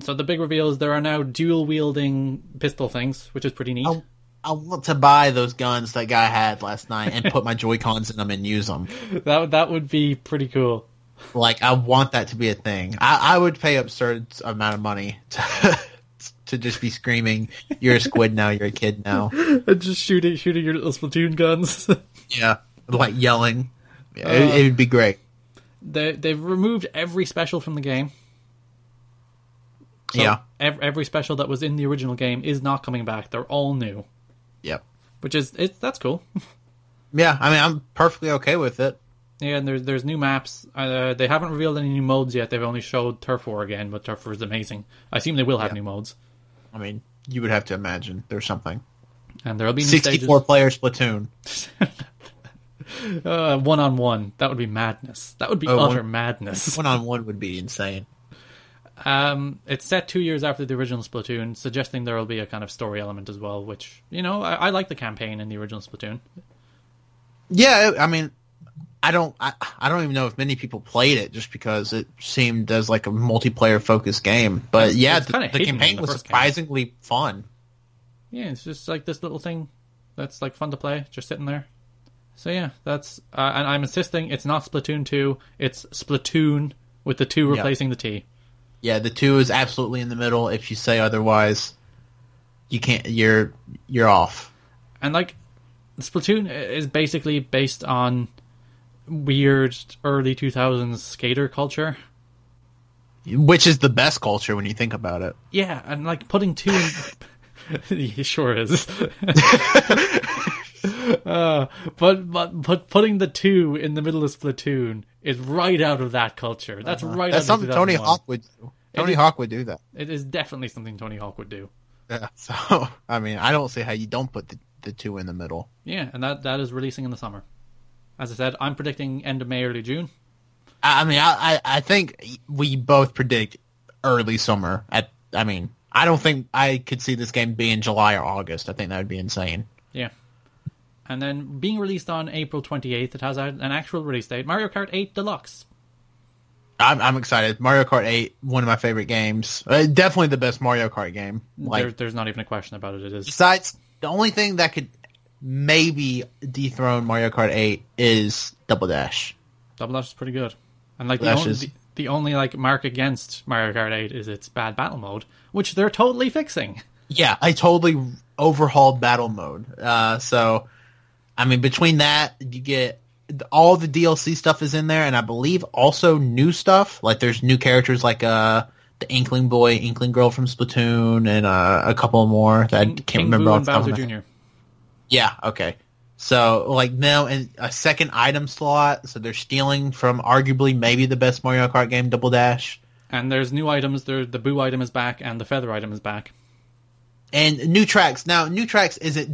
So the big reveal is there are now dual wielding pistol things, which is pretty neat.
I, I want to buy those guns that guy had last night and put my Joy Cons in them and use them.
(laughs) That that would be pretty cool.
Like I want that to be a thing. I, I would pay absurd amount of money to (laughs) to just be screaming, "You're a squid now. You're a kid now."
(laughs) And just shooting shooting your little Splatoon guns. (laughs)
Yeah, like yelling. Yeah, it, it would be great.
they they've removed every special from the game. So
yeah.
ev- every special that was in the original game is not coming back. They're all new,
Yep.
which is it's that's cool.
Yeah. I mean, I'm perfectly okay with it.
yeah, and there's there's new maps. Uh, they haven't revealed any new modes yet. They've only showed Turf War again, but Turf War is amazing. I assume they will have new modes,
I mean, you would have to imagine there's something.
and there'll be new
64 player Splatoon.
stages. One on one, Uh, that would be madness. That would be
Oh,
utter
one-
madness.
One on one would be insane.
Um, it's set two years after the original Splatoon, suggesting there will be a kind of story element as well. Which you know, I, I like the campaign in the original Splatoon.
Yeah. It, I mean, I don't. I, I don't even know if many people played it just because it seemed as like a multiplayer focused game. But
It's-
yeah,
it's
the,
kinda
the
hidden in
campaign
the
was
first game.
surprisingly fun.
yeah, it's just like this little thing that's like fun to play, just sitting there. So yeah, that's uh, and I'm insisting it's not Splatoon two, it's Splatoon with the two replacing the T.
Yeah, the two is absolutely in the middle. If you say otherwise, you can't. You're you're off.
And like Splatoon is basically based on weird early 2000s skater culture.
Which is the best culture when you think about it.
Yeah, and like putting two in. (laughs) he sure is. Uh, but, but but putting the two in the middle of Splatoon is right out of that culture. That's right.
That's
out of
something Tony
2001.
Hawk would. do. Tony Hawk would do that. (laughs)
It is definitely something Tony Hawk would do.
Yeah. So I mean, I don't see how you don't put the, the two in the middle.
Yeah, and that that is releasing in the summer. As I said, I'm predicting end of May, early June.
I I mean, I, I I think we both predict early summer. At I mean, I don't think I could see this game being July or August. I think that would be insane.
Yeah. And then being released on April 28th, it has an actual release date Mario Kart 8 Deluxe.
I'm, I'm excited. Mario Kart 8, one of my favorite games. Uh, definitely the best Mario Kart game. Like
there, there's not even a question about it. It is.
besides, the only thing that could maybe dethrone Mario Kart 8 is Double Dash.
Double Dash is pretty good. And like the
Dash
only,
is-
the, the only like mark against Mario Kart 8 is its bad battle mode, which they're totally fixing.
Yeah, I totally overhauled battle mode. Uh, so, I mean, between that, you get all the DLC stuff is in there, and I believe also new stuff. Like there's new characters like uh the Inkling Boy, Inkling Girl from Splatoon, and uh, a couple more that I
King,
can't
King
remember.
Boo
off
and
the top of
Bowser
my head.
Jr.
Yeah, okay. So like now and a second item slot, so they're stealing from arguably maybe the best Mario Kart game, Double Dash.
And there's new items. There, the Boo item is back, and the Feather item is back.
And new tracks. Now, new tracks is it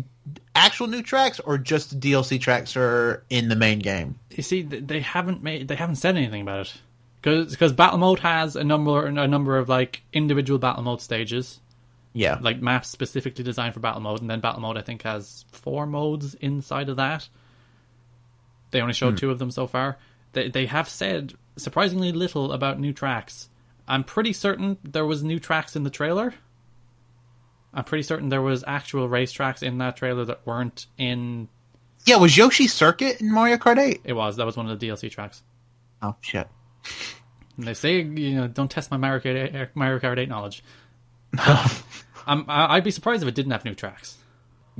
actual new tracks or just DLC tracks are in the main game?
You see, th- they haven't made, they haven't said anything about it, because battle mode has a number, a number of like individual battle mode stages,
Yeah.
like maps specifically designed for battle mode, and then battle mode I think has four modes inside of that. They only
Hmm.
showed two of them so far. They they have said surprisingly little about new tracks. I'm pretty certain there was new tracks in the trailer. I'm pretty certain there was actual race tracks in that trailer that weren't in.
yeah, was Yoshi Circuit in Mario Kart 8?
It was that was one of the DLC tracks.
Oh shit.
And they say you know don't test my Mario Kart 8, Mario Kart 8 knowledge. I'm, I- I'd be surprised if it didn't have new tracks.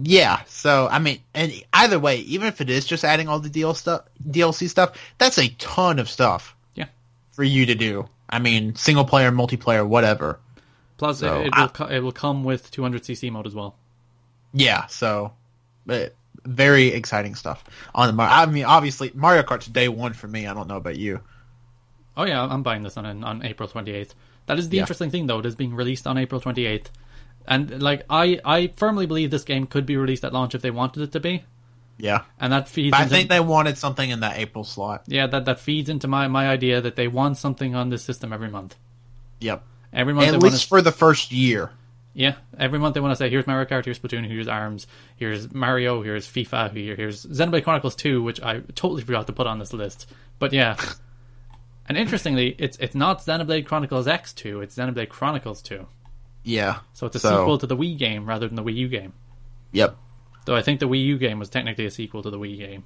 Yeah, so I mean, and either way, even if it is just adding all the DL stuff, DLC stuff, that's a ton of stuff
Yeah.
for you to do. I mean, single player, multiplayer, whatever.
Plus,
So,
it, it
I-
will co- it will come with 200cc mode as well.
Yeah, so but very exciting stuff on the Mar- I mean, obviously Mario Kart's day one for me. I don't know about you.
Oh yeah, I'm buying this on on April 28th. That is the
Yeah.
interesting thing though. It is being released on April 28th, and like I I firmly believe this game could be released at launch if they wanted it to be,
Yeah,
and that feeds.
but I
into,
think they wanted something in that April slot.
yeah, that that feeds into my my idea that they want something on this system every month.
Yep,
Every month
at
they
least
want to,
for the first year.
yeah, every month they want to say here's Mario Kart, here's Splatoon, here's Arms, here's Mario, here's FIFA, here here's Xenoblade Chronicles 2, which I totally forgot to put on this list. But
(laughs)
yeah. And interestingly, it's it's not Xenoblade Chronicles X two, it's Xenoblade Chronicles two.
Yeah,
So it's a sequel to the Wii game rather than the Wii U game.
Yep,
Though I think the Wii U game was technically a sequel to the Wii game.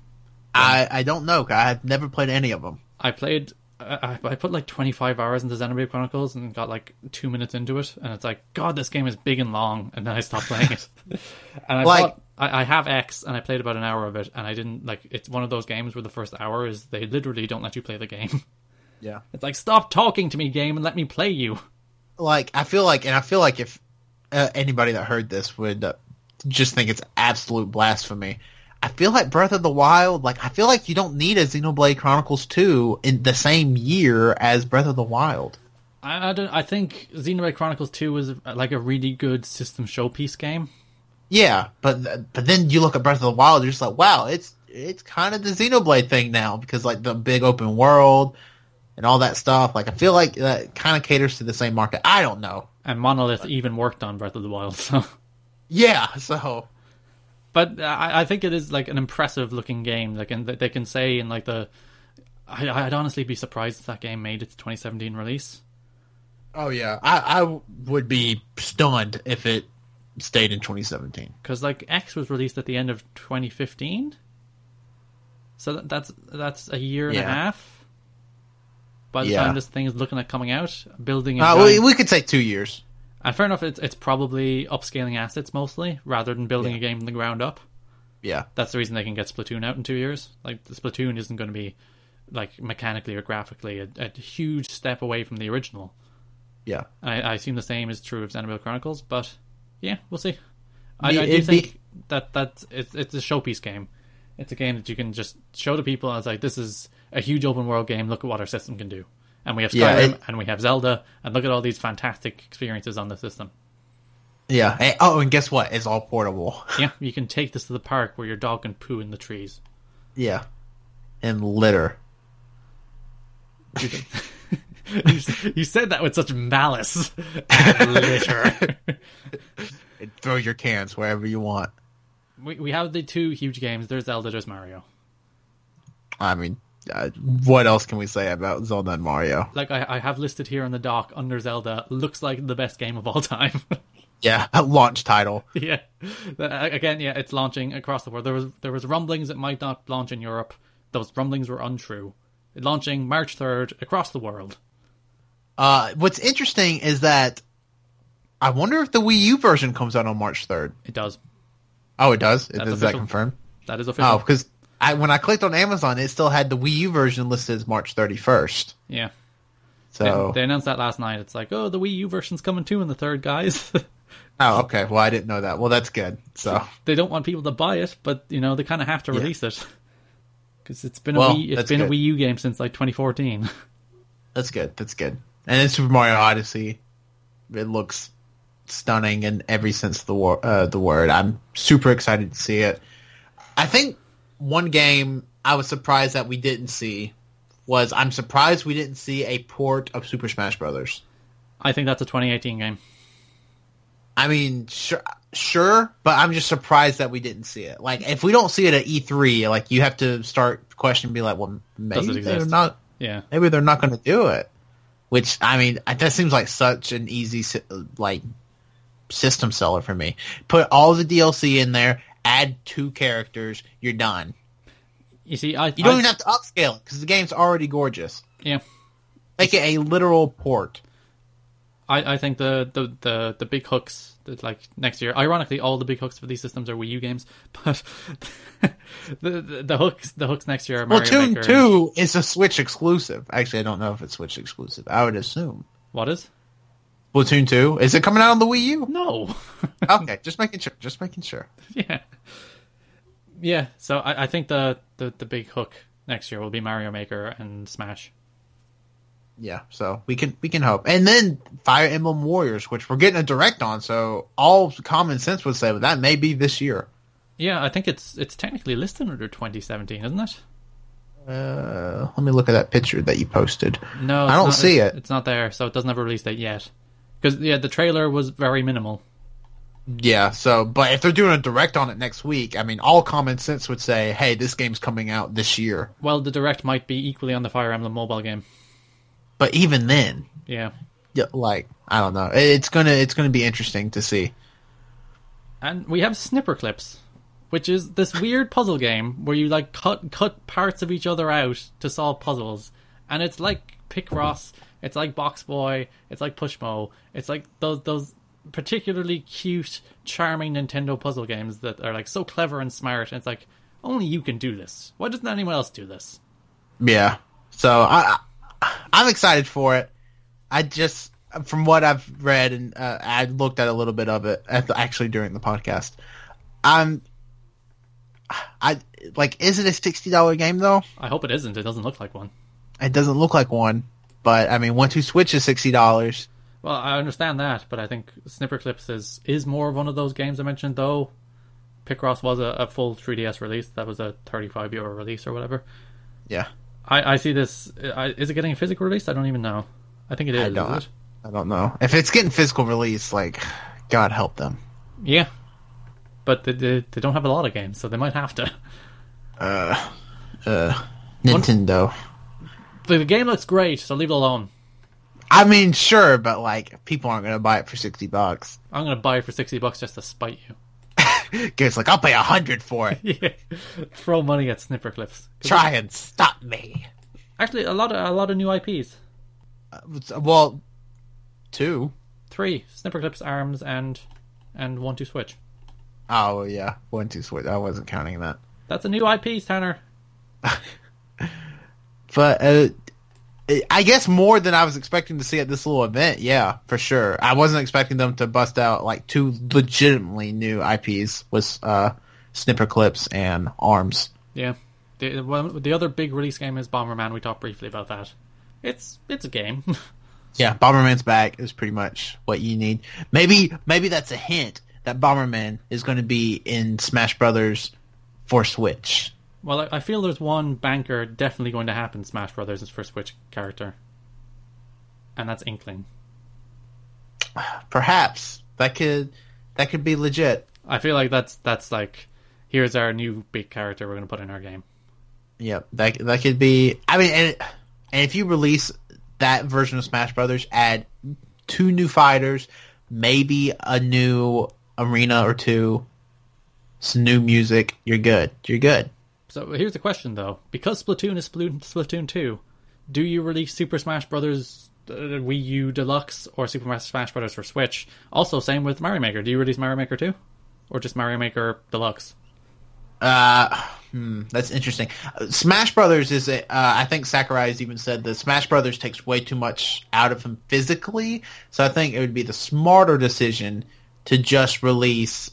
I I don't know. 'cause I've never played any of them.
I played, I, I I put like 25 hours into Xenoblade Chronicles and got like two minutes into it, and it's like, God, this game is big and long, and then I stopped playing it. and I
Like-
bought- I, I have X, and I played about an hour of it, and I didn't like. It's one of those games where the first hour is they literally don't let you play the game. (laughs)
Yeah,
It's like, stop talking to me, game, and let me play you.
like I feel like, and I feel like if uh, anybody that heard this would uh, just think it's absolute blasphemy. I feel like Breath of the Wild, like I feel like you don't need a Xenoblade Chronicles 2 in the same year as Breath of the Wild.
I, I don't. I think Xenoblade Chronicles Two was uh, like a really good system showpiece game.
Yeah, but but then you look at Breath of the Wild, you're just like, wow, it's it's kind of the Xenoblade thing now because like the big open world and all that stuff. Like I feel like that kind of caters to the same market. I don't know.
and Monolith even worked on Breath of the Wild. (laughs) So,
Yeah, so
but I, I think it is like an impressive looking game. Like, and they can say in like the, I, I'd honestly be surprised if that game made its 2017 release.
oh yeah, I I would be stunned if it stayed in 2017.
because like X was released at the end of 2015, so that, that's that's a year and
Yeah.
a half. By the
Yeah.
time this thing is looking at coming out, building a
Uh,
giant-
we, we could say two years.
and fair enough, it's it's probably upscaling assets mostly rather than building
Yeah.
a game from the ground up.
Yeah,
that's the reason they can get Splatoon out in two years. Like the Splatoon isn't going to be like mechanically or graphically a, a huge step away from the original.
yeah.
And I, I assume the same is true of Xenoblade Chronicles, but yeah, we'll see. I,
Be-
I do
it'd be-
think that that's it's it's a showpiece game. It's a game that you can just show to people and it's like this is a huge open world game. Look at what our system can do. And we have Skyrim
Yeah, it-
and we have Zelda and look at all these fantastic experiences on the system.
Yeah. Hey, oh, and guess what? It's all portable. (laughs)
Yeah, you can take this to the park where your dog can poo in the trees.
Yeah. And litter.
You can- (laughs) you, you said that with such malice. and Litter.
Throw your cans wherever you want.
we, we have the two huge games. There's Zelda. There's Mario.
I mean, uh, what else can we say about Zelda and Mario?
Like I, I have listed here on the dock under Zelda. Looks like the best game of all time. (laughs)
(laughs) Yeah, a launch title.
yeah. Uh, Again, yeah, it's launching across the world. There was there was rumblings it might not launch in Europe. Those rumblings were untrue. It launching March third across the world.
Uh, what's interesting is that I wonder if the Wii U version comes out on March third.
It does.
Oh, it does. It, is that
official.
confirmed?
That is official.
Oh, because I, when I clicked on Amazon, it still had the Wii U version listed as March thirty first.
yeah. They-
So,
They announced that last night. It's like, oh, the Wii U version's coming too in the third, guys. (laughs)
oh, okay. Well, I didn't know that. Well, that's good. So,
they don't want people to buy it, but you know they kind of have to release it because it's been a
Well,
Wii, it's
that's
been a
good.
Wii U game since like 2014.
That's good. That's good. And in Super Mario Odyssey, it looks stunning in every sense of the wor- uh, the word. I'm super excited to see it. I think one game I was surprised that we didn't see was I'm surprised we didn't see a port of Super Smash Brothers.
(laughs) I think that's a 2018 game.
I mean, sure, sure, but I'm just surprised that we didn't see it. Like, if we don't see it at E3, like you have to start questioning, be like, well,
Does it
maybe they're
exist?
not
Yeah,
maybe they're not going to do it. Which I mean, I- that seems like such an easy sy- like system seller for me. Put all the DLC in there, add two characters, you're done.
you see, I,
You don't
I-
even have to upscale it because the game's already gorgeous.
yeah,
Make it a literal port.
I, I think the, the the the big hooks that like next year. Ironically, all the big hooks for these systems are Wii U games, (laughs) but the, the the hooks the hooks next year are Mario
Splatoon
Maker. and-
Two is a Switch exclusive. Actually, I don't know if it's Switch exclusive. I would assume
What is?
Splatoon Two is it coming out on the Wii U?
No. (laughs)
Okay, just making sure. Just making sure.
yeah. Yeah, so I, I think the, the, the big hook next year will be Mario Maker and Smash.
Yeah, so we can we can hope. And then Fire Emblem Warriors, which we're getting a direct on, so all common sense would say well, that may be this year.
Yeah, I think it's it's technically listed under 2017, isn't it?
Uh, let me look at that picture that you posted.
No,
I
it's
don't
not-
see
it's-
it.
It's not there, so it doesn't have a release date yet. Because yeah, the trailer was very minimal.
Yeah, so but if they're doing a direct on it next week, I mean, all common sense would say, hey, this game's coming out this year.
Well, the direct might be equally on the Fire Emblem mobile game.
But even then,
Yeah,
yeah, like I don't know, It- it's gonna it's gonna be interesting to see.
and we have snipper clips, which is this weird puzzle game where you like cut cut parts of each other out to solve puzzles, and it's like Picross, it's like Box Boy, it's like Pushmo, it's like those those particularly cute, charming Nintendo puzzle games that are like so clever and smart. And it's like only you can do this. Why doesn't anyone else do this?
Yeah. So I, I I'm excited for it. I just from what I've read and uh, I looked at a little bit of it at the, actually during the podcast. I'm I like is it a $60 game though?
I hope it isn't. It doesn't look like one.
It doesn't look like one, but I mean once you switch is $60.
Well, I understand that, but I think Snipper Clips is is more of one of those games I mentioned. Though Picross was a, a full 3DS release, that was a 35 euro release or whatever.
Yeah.
I, I see this. I, is it getting a physical release? I don't even know. I think it is.
I
is
don't
it?
I don't know. If it's getting physical release like god help them.
Yeah, but they, they they don't have a lot of games, so they might have to. (laughs)
Nintendo.
The, the game looks great, so leave it alone.
I mean sure, but like people aren't going to buy it for 60 bucks.
I'm gonna buy it for 60 bucks just to spite
Gabe's like I'll pay 100 for it.
you. (laughs) Yeah, throw money at Snipper Clips.
Try and stop me.
Actually, a lot of a lot of new IPs.
Well, two.
Three Snipper Clips, Arms, and and One Two Switch.
Oh yeah, one two switch. I wasn't counting that.
That's a new IP, Tanner.
But uh, I guess more than I was expecting to see at this little event. Yeah, for sure. I wasn't expecting them to bust out like two legitimately new IPs with uh, snipper clips and arms.
Yeah. The, well, the other big release game is Bomberman. We talked briefly about that. It's it's a game. (laughs)
Yeah, Bomberman's back is pretty much what you need. Maybe maybe that's a hint that Bomberman is going to be in Smash Brothers for Switch.
well, I, I feel there's one banker definitely going to happen. Smash Brothers is for Switch character. and that's Inkling.
Perhaps that could that could be legit.
I feel like that's that's like here's our new big character we're gonna put in our game.
Yep, that that could be. I mean, and, and if you release that version of Smash Brothers, add two new fighters, maybe a new arena or two, some new music. You're good. You're good.
So here's the question though: because Splatoon is Splatoon, Splatoon two, do you release Super Smash Brothers uh, Wii U Deluxe or Super Smash Brothers for Switch? Also, same with Mario Maker. Do you release Mario Maker two, or just Mario Maker Deluxe?
Uh, hmm, that's interesting. Uh, Smash Brothers is a, uh, I think Sakurai has even said that Smash Brothers takes way too much out of him physically. So I think it would be the smarter decision to just release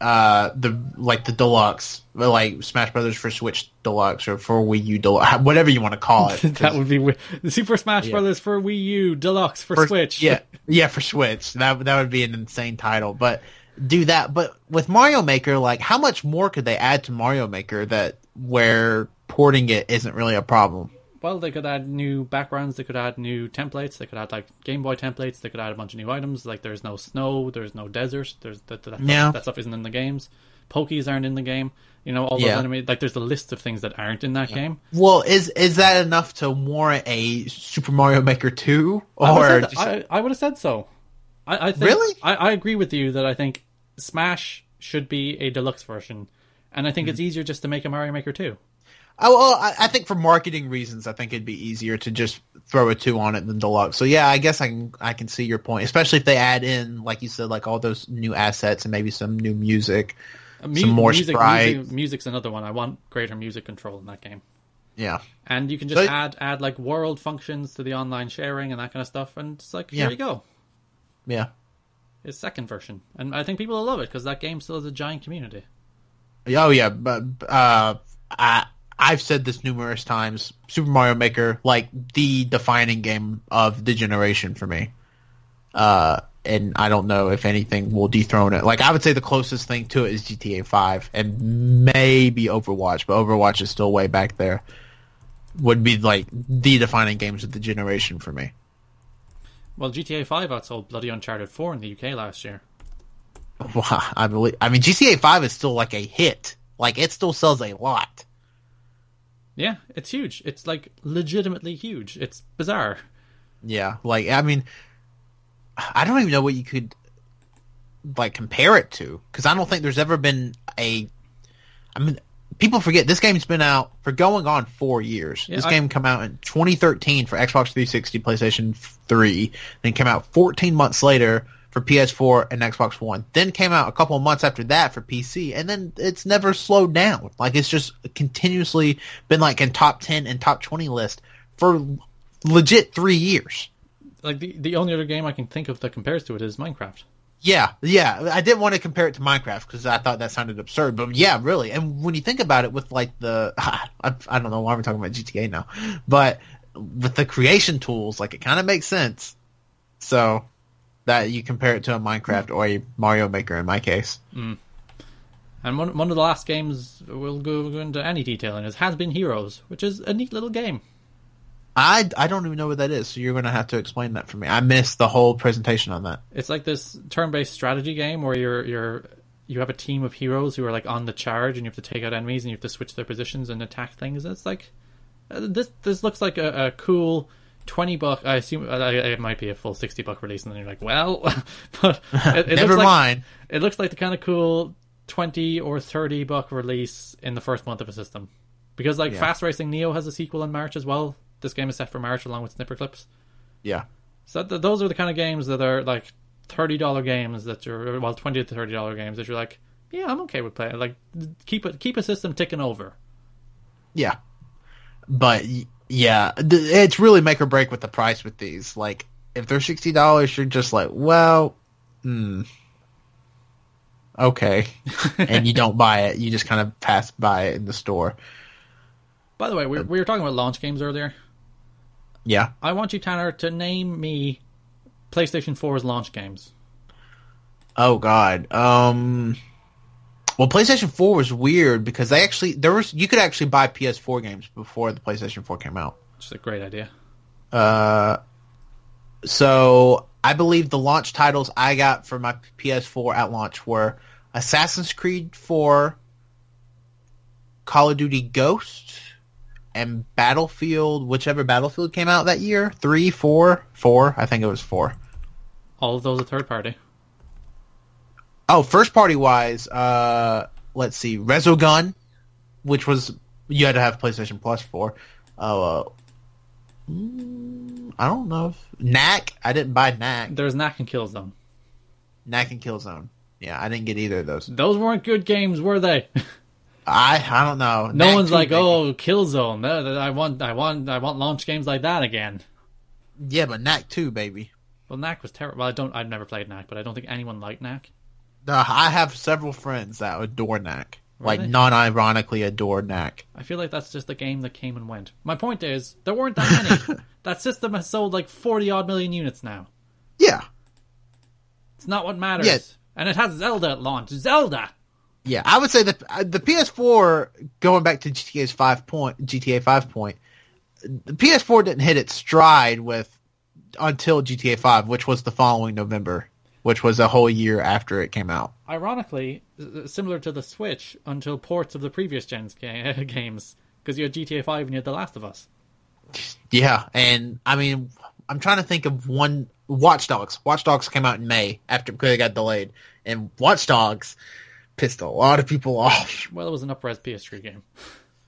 uh the like the deluxe like Smash Brothers for Switch Deluxe or for Wii U Deluxe (laughs) whatever you want to call it.
that would be wi- Super Smash
Yeah.
Brothers for Wii U Deluxe for, (laughs)
for-
Switch.
Yeah, yeah, for Switch. That that would be an insane title, but do that. But with Mario Maker, like how much more could they add to Mario Maker that where porting it isn't really a problem?
Well, they could add new backgrounds. They could add new templates. They could add like Game Boy templates. They could add a bunch of new items. Like there's no snow. There's no desert. There's that that,
Yeah.
that stuff isn't in the games. Pokies aren't in the game. You know all
Yeah.
those anime. Like there's a list of things that aren't in that game.
Well, is is that enough to warrant a Super Mario Maker two
I would
or
have said-
just,
I, I would have said so. I, I think,
Really?
I, I agree with you that I think Smash should be a deluxe version, and I think
Mm-hmm.
it's easier just to make a Mario Maker two.
oh, well, I, I think for marketing reasons, I think it'd be easier to just throw a two on it than deluxe. So yeah, I guess I can I can see your point, especially if they add in like you said, like all those new assets and maybe some new music.
Mu-
Some more
music, music,
sprites.
music's another one. I want greater music control in that game.
Yeah.
and you can just
So-
add add like world functions to the online sharing and that kind of stuff and it's like here
Yeah.
you go
Yeah.
it's second version and i think people will love it because that game still has a giant community
Oh yeah, but uh, I I've said this numerous times. Super Mario Maker, like the defining game of the generation for me. Uh, and I don't know if anything will dethrone it. Like I would say the closest thing to it is GTA Five and maybe Overwatch, but Overwatch is still way back there. Would be like the defining games of the generation for me. (laughs)
well gta 5 outsold bloody uncharted 4 in the uk last year
Wow, I believe. I mean, GTA Five is still like a hit. Like it still sells a lot.
yeah it's huge it's like legitimately huge it's bizarre
Yeah, like I mean, I don't even know what you could like compare it to because I don't think there's ever been a. I mean, people forget this game's been out for going on four years.
Yeah,
this
I-
game come out in 2013 for Xbox 360, PlayStation 3, then came out 14 months later for PS4 and Xbox One. Then came out a couple of months after that for PC, and then it's never slowed down. Like it's just continuously been like in top 10 and top 20 list for legit three years.
like the, the only other game i can think of that compares to it is minecraft
Yeah, yeah. I didn't want to compare it to Minecraft because I thought that sounded absurd, but yeah, really. And when you think about it, with like the (laughs) I, I don't know why we're talking about GTA now, but with the creation tools, like it kind of makes sense. So that you compare it to a Minecraft or a Mario Maker in my case.
and one, one of the last games we'll go go into any detail in is has been heroes which is a neat little game
I I don't even know what that is, so you're gonna have to explain that for me. I missed the whole presentation on that.
It's like this turn-based strategy game where you're you're you have a team of heroes who are like on the charge, and you have to take out enemies, and you have to switch their positions and attack things. It's like uh, this. This looks like a, a cool twenty buck. I assume uh, I- it might be a full sixty buck release, and then you're like, well, (laughs) but
(laughs)
it, it
Never
looks like,
mind.
It looks like the kind of cool twenty or thirty buck release in the first month of a system, because like
Yeah.
Fast Racing Neo has a sequel in March as well. This game is set for March along with Snipper Clips.
yeah.
So th- those are the kind of games that are like thirty dollar games that you're well twenty to thirty dollar games that you're like, yeah, I'm okay with playing. Like keep it keep a system ticking over.
Yeah, but y- yeah, th- it's really make or break with the price with these. Like, if they're sixty dollars, you're just like, well, hmm, okay, and you don't buy it. You just kind of pass by it in the store.
By the way, we, we were talking about launch games earlier.
Yeah,
I want you, Tanner, to name me PlayStation 4's launch games.
Oh God. Um. Well, PlayStation Four was weird because they actually there was you could actually buy PS4 games before the PlayStation Four came out.
Which is a great idea.
Uh, So I believe the launch titles I got for my PS4 at launch were Assassin's Creed 4, Call of Duty Ghost, and Battlefield, whichever Battlefield came out that year. Three, four, four. I think it was four.
All of those are third party.
Oh, first party wise, uh, let's see, Resogun, which was you had to have PlayStation Plus for. Uh, mm, I don't know. If, Knack, I didn't buy Knack.
There's Knack and Killzone.
Knack and Killzone. Yeah, I didn't get either of those.
Those weren't good games, were they? (laughs)
I I don't know.
No
Knack
one's
too
like,
big.
oh, Killzone. No, th- I want, I want, I want launch games like that again.
yeah, but Knack two, baby.
Well, Knack was terrible. Well, I don't, I've never played Knack, but I don't think anyone liked Knack.
No, I have several friends that adore Knack, like
Really?
non-ironically adore Knack.
I feel like that's just a game that came and went. My point is, there weren't that many. that system has sold like forty odd million units now.
Yeah,
It's not what matters.
Yeah.
And it has Zelda at launch. Zelda.
Yeah, I would say that uh, the PS4 going back to GTA's five point GTA five point, the PS4 didn't hit its stride with until GTA five, which was the following November, which was a whole year after it came out.
Ironically, s- similar to the Switch, until ports of the previous gen's ga- (laughs) games, because you had GTA Five and you had The Last of Us.
Yeah, and I mean, I'm trying to think of one Watch Dogs. Watch Dogs came out in May after because it got delayed, and Watch Dogs pissed a lot of people off.
Well, it was an upres PS3 game.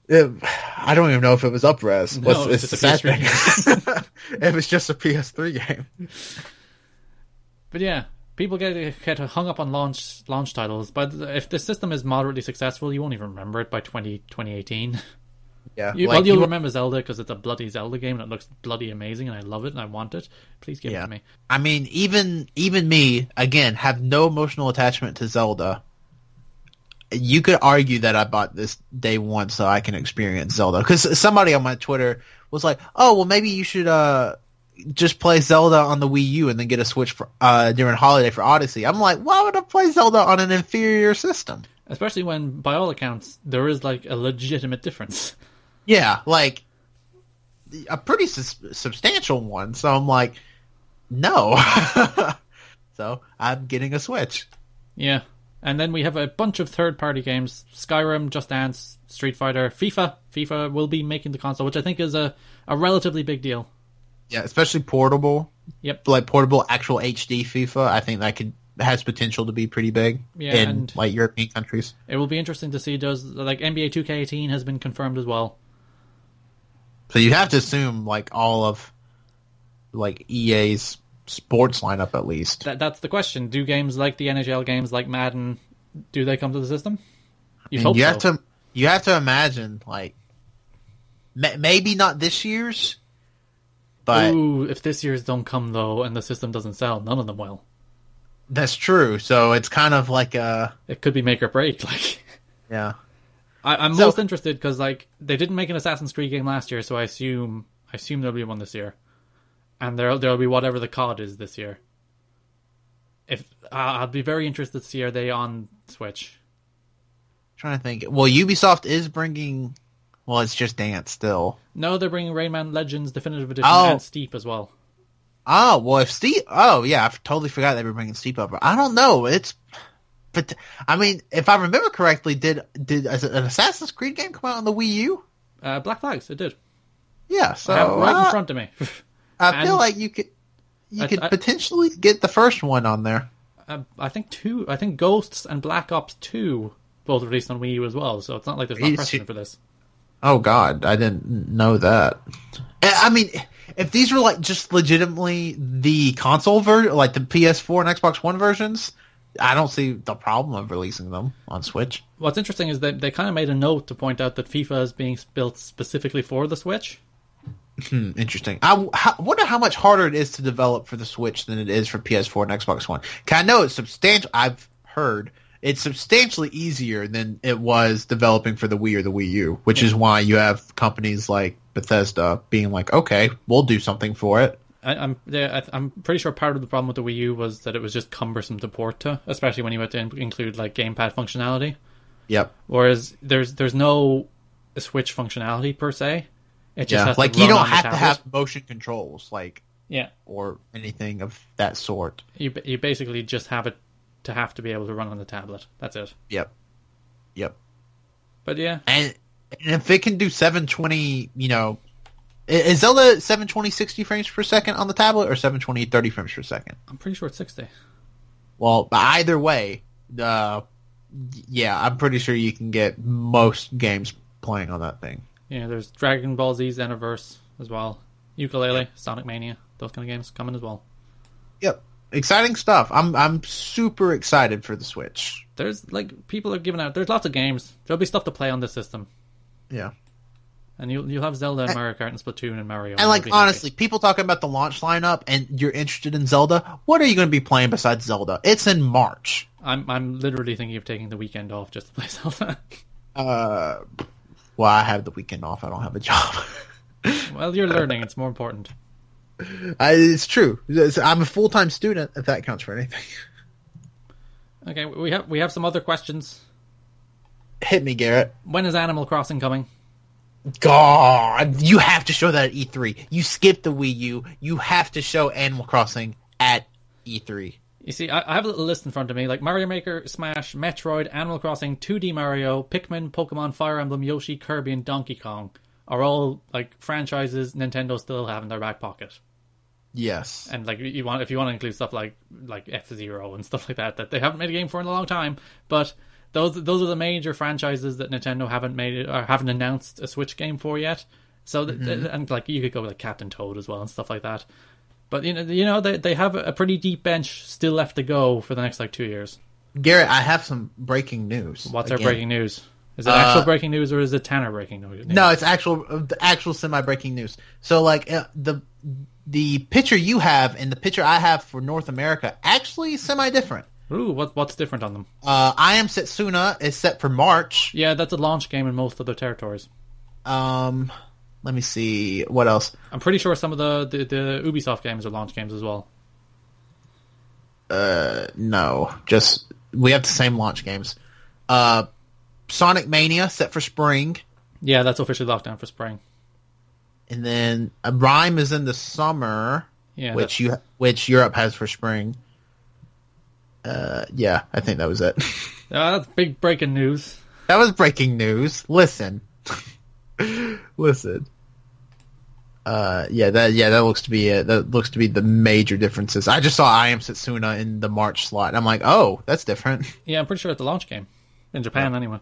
It- I don't even know if it was Upres.
No,
What's-
it was
it's
just
the
a
sad
PS3
thing. (laughs) it was just a PS3 game.
But yeah, people get get hung up on launch launch titles. But if the system is moderately successful, you won't even remember it by 20, (laughs) 2018.
Yeah.
You,
like,
well, you'll
you-
remember Zelda because it's a bloody Zelda game and it looks bloody amazing, and I love it and I want it. Please give it
Yeah.
to me.
I mean, even even me, again, have no emotional attachment to Zelda. You could argue that I bought this day one so I can experience Zelda. Because somebody on my Twitter was like, "Oh, well, maybe you should uh, just play Zelda on the Wii U and then get a Switch for, uh, during holiday for Odyssey." I'm like, "Why would I play Zelda on an inferior system?"
Especially when, by all accounts, there is like a legitimate difference. (laughs)
Yeah, like a pretty sus- substantial one. So I'm like, no. (laughs) so I'm getting a Switch.
Yeah. And then we have a bunch of third party games Skyrim, Just Dance, Street Fighter, FIFA. FIFA will be making the console, which I think is a, a relatively big deal.
Yeah, especially portable,
Yep.
like portable actual HD FIFA. I think that could has potential to be pretty big
Yeah,
in
and-
like European countries.
It will be interesting to see does like NBA 2K18 has been confirmed as well.
So you'd have to assume like all of like EA's sports lineup at least.
That that's the question. Do games like the NHL games like Madden do they come to the system? You'd
And
hope
you
so.
have to you have to imagine like ma maybe not this year's, but
Ooh, if this year's don't come though and the system doesn't sell, none of them will.
That's true. So it's kind of like a
It could be make or break. (laughs) Like
yeah.
I, I'm
So-
most interested because like they didn't make an Assassin's Creed game last year, so I assume I assume there'll be one this year, and there there'll be whatever the COD is this year. If I I'll be very interested to see are they on Switch.
trying to think. Well, Ubisoft is bringing. Well, it's just dance still.
No, they're bringing Rayman Legends Definitive Edition
Oh.
and Steep as well.
Oh well, if Steve. Oh yeah, I totally forgot they were bringing Steve up. I don't know. It's. But I mean, if I remember correctly, did did an Assassin's Creed game come out on the Wii U?
Uh, Black Flags, it did.
Yeah. So
I have it right
I,
in front of me. (laughs)
I feel
and-
like you could you
I-
could
I-
potentially get the first one on there.
uh, I think two. I think Ghosts and Black Ops Two both released on Wii U as well. So it's not like there's
It's-
not precedent for this.
Oh God, I didn't know that. Eh, I I mean, if these were like just legitimately the console version, like the PS4 and Xbox One versions, I don't see the problem of releasing them on Switch.
What's interesting is that they kind of made a note to point out that FIFA is being built specifically for the Switch.
Hmm, interesting. I w- ho- wonder how much harder it is to develop for the Switch than it is for PS4 and Xbox One. 'Cause I know it's substantial. I've heard it's substantially easier than it was developing for the Wii or the Wii U, which is why you have companies like Bethesda being like, "Okay, we'll do something for it."
I, I'm yeah, I, I'm pretty sure part of the problem with the Wii U was that it was just cumbersome to port to, especially when you had to in- include like gamepad functionality.
Yep.
Whereas there's there's no Switch functionality per se. It just
yeah,
has
like
to
you
run
don't
on the
have to
tablet.
have motion controls. Like
Yeah,
or anything of that sort.
you ba- you basically just have it to have to be able to run on the tablet. That's it.
Yep. Yep.
But yeah,
And, and if it can do 720, you know, i- is Zelda 720 60 frames per second on the tablet or 720 30 frames per second?
I'm pretty sure it's sixty.
Well, but either way, uh, yeah, I'm pretty sure you can get most games playing on that thing.
Yeah, there's Dragon Ball Z Xenoverse as well, Ukulele, Sonic Mania, those kind of games coming as well.
Yep. Exciting stuff. I'm I'm super excited for the Switch.
There's like people are giving out. There's lots of games. There'll be stuff to play on this system,
Yeah.
and you'll you'll have Zelda and Mario Kart and Splatoon and Mario.
And
you'll
like
be happy.
honestly, people talking about the launch lineup and you're interested in Zelda, what are you going to be playing besides Zelda? It's in March.
I'm I'm literally thinking of taking the weekend off just to play (laughs) Zelda.
Uh well, I have the weekend off. I don't have a job. (laughs)
well, you're learning. It's more important.
I, it's true. It's- I'm a full-time student if that counts for anything.
Okay, we have we have some other questions.
(laughs) Hit me, Garrett.
When is Animal Crossing coming?
God, you have to show that at E3. You skipped the Wii U. You have to show Animal Crossing at E E3.
You see, I, I have a little list in front of me, like Mario Maker, Smash, Metroid, Animal Crossing, 2D Mario, Pikmin, Pokemon, Fire Emblem, Yoshi, Kirby, and Donkey Kong are all like franchises Nintendo still have in their back pocket.
Yes.
And like you want, if you want to include stuff like like F Zero and stuff like that, that they haven't made a game for in a long time, but those those are the major franchises that Nintendo haven't made it, or haven't announced a Switch game for yet. So th-
Mm-hmm.
th- and like you could go with like Captain Toad as well and stuff like that. But you know, you know they they have a pretty deep bench still left to go for the next like two years.
Garrett, I have some breaking news.
What's our
Again.
breaking news? Is it
Uh,
actual breaking news or is it Tanner breaking news?
No, it's actual uh, the actual semi breaking news. So like uh, the the picture you have and the picture I have for North America actually semi different.
Ooh, what what's different on them?
Uh, I am Setsuna is set for March.
Yeah, that's a launch game in most other territories.
Um, let me see what else.
I'm pretty sure some of the, the, the Ubisoft games are launch games as well.
No, just we have the same launch games. Uh, Sonic Mania set for spring,
Yeah, that's officially locked down for spring.
and then uh, Rhyme is in the summer,
Yeah,
which you which Europe has for spring. Uh, yeah, I think that was it. (laughs)
Uh, that's big breaking news.
That was breaking news. Listen. (laughs) Listen. Uh yeah, that yeah, that looks to be it. That looks to be the major differences. I just saw I am Setsuna in the March slot. and I'm like, "Oh, that's different." (laughs)
Yeah, I'm pretty sure it's a launch game in Japan anyway.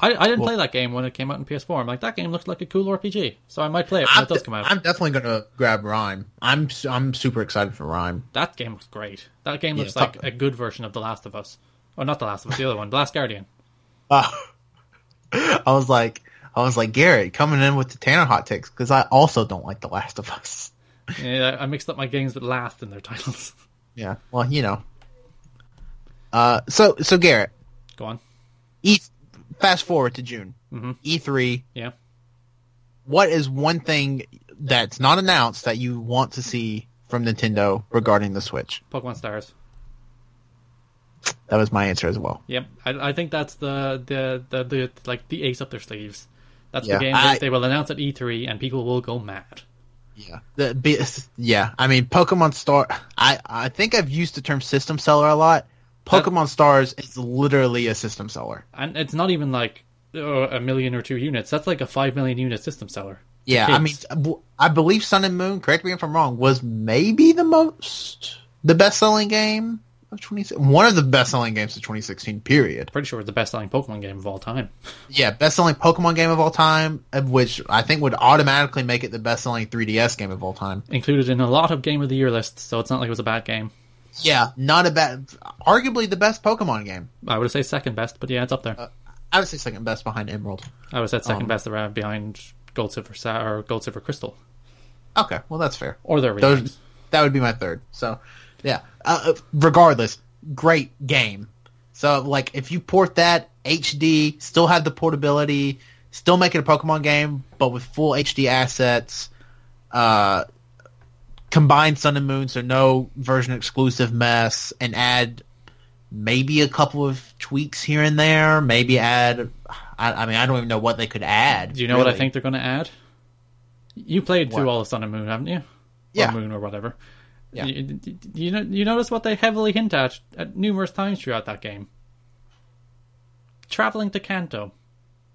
I, I didn't play that game when it came out in PS4. I'm like, that game looks like a cool RPG, so I might play it when
I'm,
it does come out.
I'm definitely going to grab Rhyme. I'm su- I'm super excited for Rhyme.
That game looks great. That game looks
Yeah.
like a good version of The Last of Us. Or not The Last of Us, the other one, The Last Guardian.
Uh, (laughs) I was like I was like, "Garrett, coming in with the Tanner hot takes cuz I also don't like The Last of Us."
Yeah, I mixed up my games with last in their titles. (laughs)
Yeah. Well, you know. Uh so so Garrett,
Go on.
E fast forward to June.
Mm-hmm.
E3
Yeah.
what is one thing that's not announced that you want to see from Nintendo regarding the Switch?
Pokemon Stars.
That was my answer as well.
Yep. I, I think that's the, the, the, the like the ace up their sleeves. That's
Yeah,
the game that
I-
they will announce at E3 and people will go mad.
Yeah. The, be, yeah. I mean, Pokemon Star. I I think I've used the term system seller a lot. Pokemon Stars is literally a system seller.
and it's not even like uh, a million or two units. That's like a five million unit system seller.
Yeah. I mean,
Kids.
w- I believe Sun and Moon. Correct me if I'm wrong. Was maybe the most the best selling game of 2016. One of the best selling games of 2016. Period.
Pretty sure it's the best selling Pokemon game of all time. (laughs)
Yeah, best selling Pokemon game of all time, of which I think would automatically make it the best selling 3DS game of all time.
Included in a lot of game of the year lists, so it's not like it was a bad game.
Yeah, not a bad, arguably the best Pokemon game.
I would say second best, but yeah, it's up there.
Uh, I would say second best behind Emerald.
I would say second
um,
best around behind Gold Silver Sa- or Gold Silver Crystal
Okay, well that's fair.
or their remakes.
Those, that would be my third. So, yeah. Uh, regardless, great game. So, like, if you port that HD, still have the portability, still make it a Pokemon game, but with full HD assets, uh, combine Sun and Moon, so no version exclusive mess, and add maybe a couple of tweaks here and there. Maybe add. I, I mean, I don't even know what they could add.
Do you know what I
really.
think they're going to add? You played through
What?
all of Sun and Moon, haven't you?
Yeah.
moon or whatever.
Yeah.
You, you know, you notice what they heavily hint at, at numerous times throughout that game. Traveling to Kanto.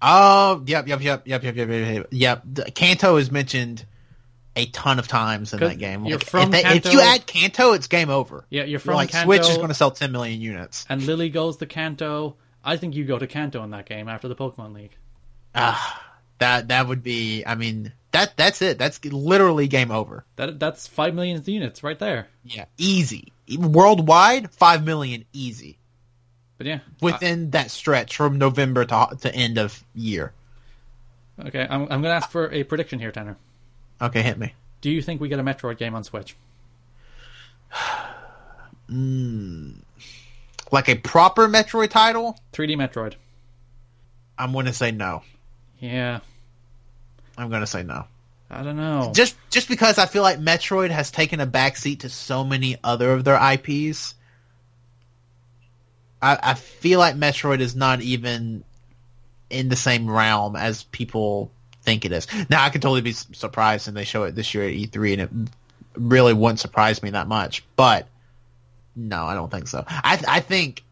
Oh, yep, yep, yep, yep, yep, yep, yep, yep. yep. The- Kanto is mentioned a ton of times in
'Cause
that game.
you're
Like,
from
if, they- if
Kanto-
you add Kanto, it's game over.
Yeah, you're from
like
Kanto.
Switch is going to sell 10 million units.
and Lily goes to Kanto. I think you go to Kanto in that game after the Pokemon League.
Ah, that that would be. I mean, that that's it. That's literally game over.
That that's five million units right there.
Yeah, easy. Worldwide, five million easy
But yeah, Uh,
within that stretch from November to to end of year.
I- okay, I'm I'm gonna ask for a prediction here, Tanner.
Okay, hit me.
Do you think we get a Metroid game on Switch?
Like a proper Metroid title,
3D Metroid.
I'm going to say no.
Yeah,
I'm going to say no.
I don't know.
just just because I feel like Metroid has taken a backseat to so many other of their IPs. I, I feel like Metroid is not even in the same realm as people think it is. Now I could totally be s- surprised and they show it this year at E3 and it really wouldn't surprise me that much. But no, I don't think so. I I think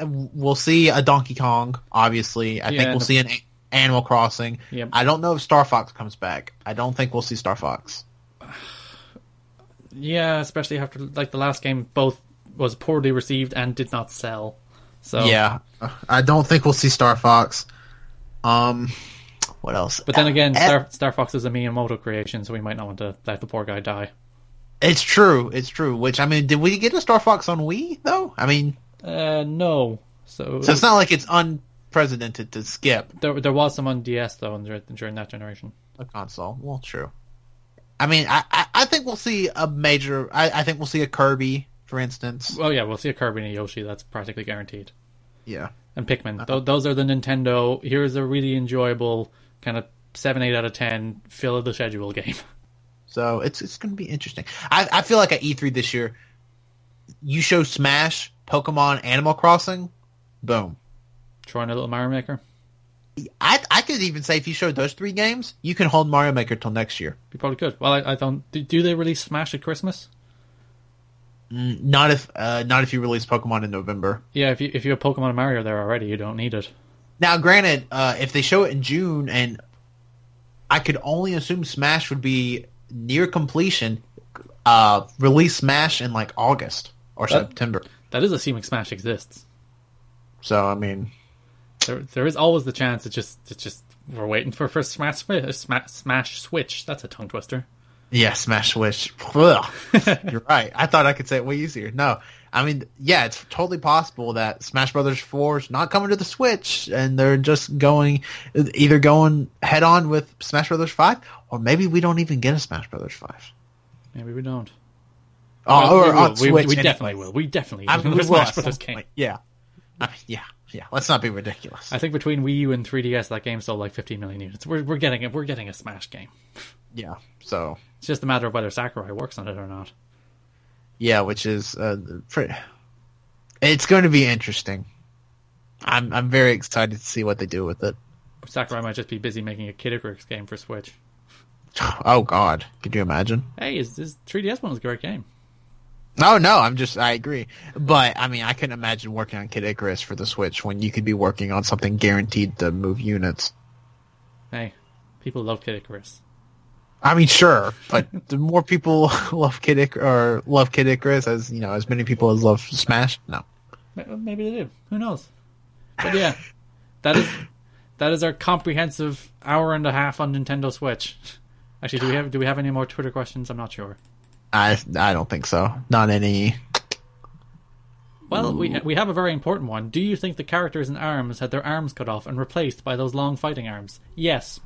we'll see a Donkey Kong. Obviously, I
Yeah,
think we'll
the-
see an A- Animal Crossing.
Yep.
I don't know if Star Fox comes back. I don't think we'll see Star Fox.
yeah, especially after like the last game, both was poorly received and did not sell. So
Yeah, I don't think we'll see Star Fox. Um, what else?
But then again,
Eh,
Star, Star Fox is a Miyamoto creation, so we might not want to let the poor guy die.
it's true. It's true. Which I mean, did we get a Star Fox on Wii though? I mean,
Uh, no. So,
so it's not like it's unprecedented to skip
there, there was some on DS though in- during that generation.
a console. Well, true. I mean, I I, I think we'll see a major. I, I think we'll see a Kirby, for instance.
Oh yeah, we'll see a Kirby and a Yoshi. That's practically guaranteed.
Yeah.
And Pikmin. Tho- those are the Nintendo. Here's a really enjoyable kind of seven, eight out of ten fill of the schedule game. (laughs)
So it's it's going to be interesting. I, I feel like at E3 this year, you show Smash, Pokemon, Animal Crossing, boom.
Trying a little Mario Maker.
I I could even say if you showed those three games, you can hold Mario Maker till next year.
You probably could. Well, I, I don't. Do, do they release Smash at Christmas?
Not if uh, not if you release Pokemon in November.
Yeah, if you if you have Pokemon and Mario there already, you don't need it.
Now, granted, uh, if they show it in June, and I could only assume Smash would be near completion, uh, release Smash in like August or
That-
September.
That is assuming Smash exists.
So I mean,
There, there is always the chance. It's just, it's just we're waiting for for Smash, Swi- Smash, Smash Switch. That's a tongue twister.
Yeah, Smash Switch. (laughs)
(laughs)
Ugh. You're right. I thought I could say it way easier. No, I mean, yeah, it's totally possible that Smash Brothers Four is not coming to the Switch, and they're just going either going head on with Smash Brothers Five, or maybe we don't even get a Smash Brothers Five.
Maybe we don't.
Oh,
Well,
or
we will.
on
we,
Switch,
we
anyway.
definitely will. We definitely
I
will.
mean, we will
Smash
at some
Brothers game.
point. Yeah, I mean, yeah, yeah. Let's not be ridiculous.
I think between Wii U and 3DS, that game sold like 15 million units. We're, we're getting it. We're getting a Smash game.
yeah. So
It's just a matter of whether Sakurai works on it or not.
Yeah, which is uh, pretty. It's going to be interesting. I'm I'm very excited to see what they do with it. (sighs)
Sakurai might just be busy making a Kid Icarus game for Switch.
Oh God, could you imagine?
Hey, is this 3DS one was a great game?
No, no, I'm just I agree, but I mean I couldn't imagine working on Kid Icarus for the Switch when you could be working on something guaranteed to move units.
Hey, people love Kid Icarus.
I mean, sure, but
(laughs)
the more people (laughs) love Kid Icarus or love Kid Icarus as you know as many people as love Smash, no.
M- Maybe they do. Who knows? But yeah, that is that is our comprehensive hour and a half on Nintendo Switch. Actually, do we have do we have any more Twitter questions? I'm not sure.
I I don't think so. Not any.
Well, we we have a very important one. Do you think the characters in Arms had their arms cut off and replaced by those long fighting arms? Yes.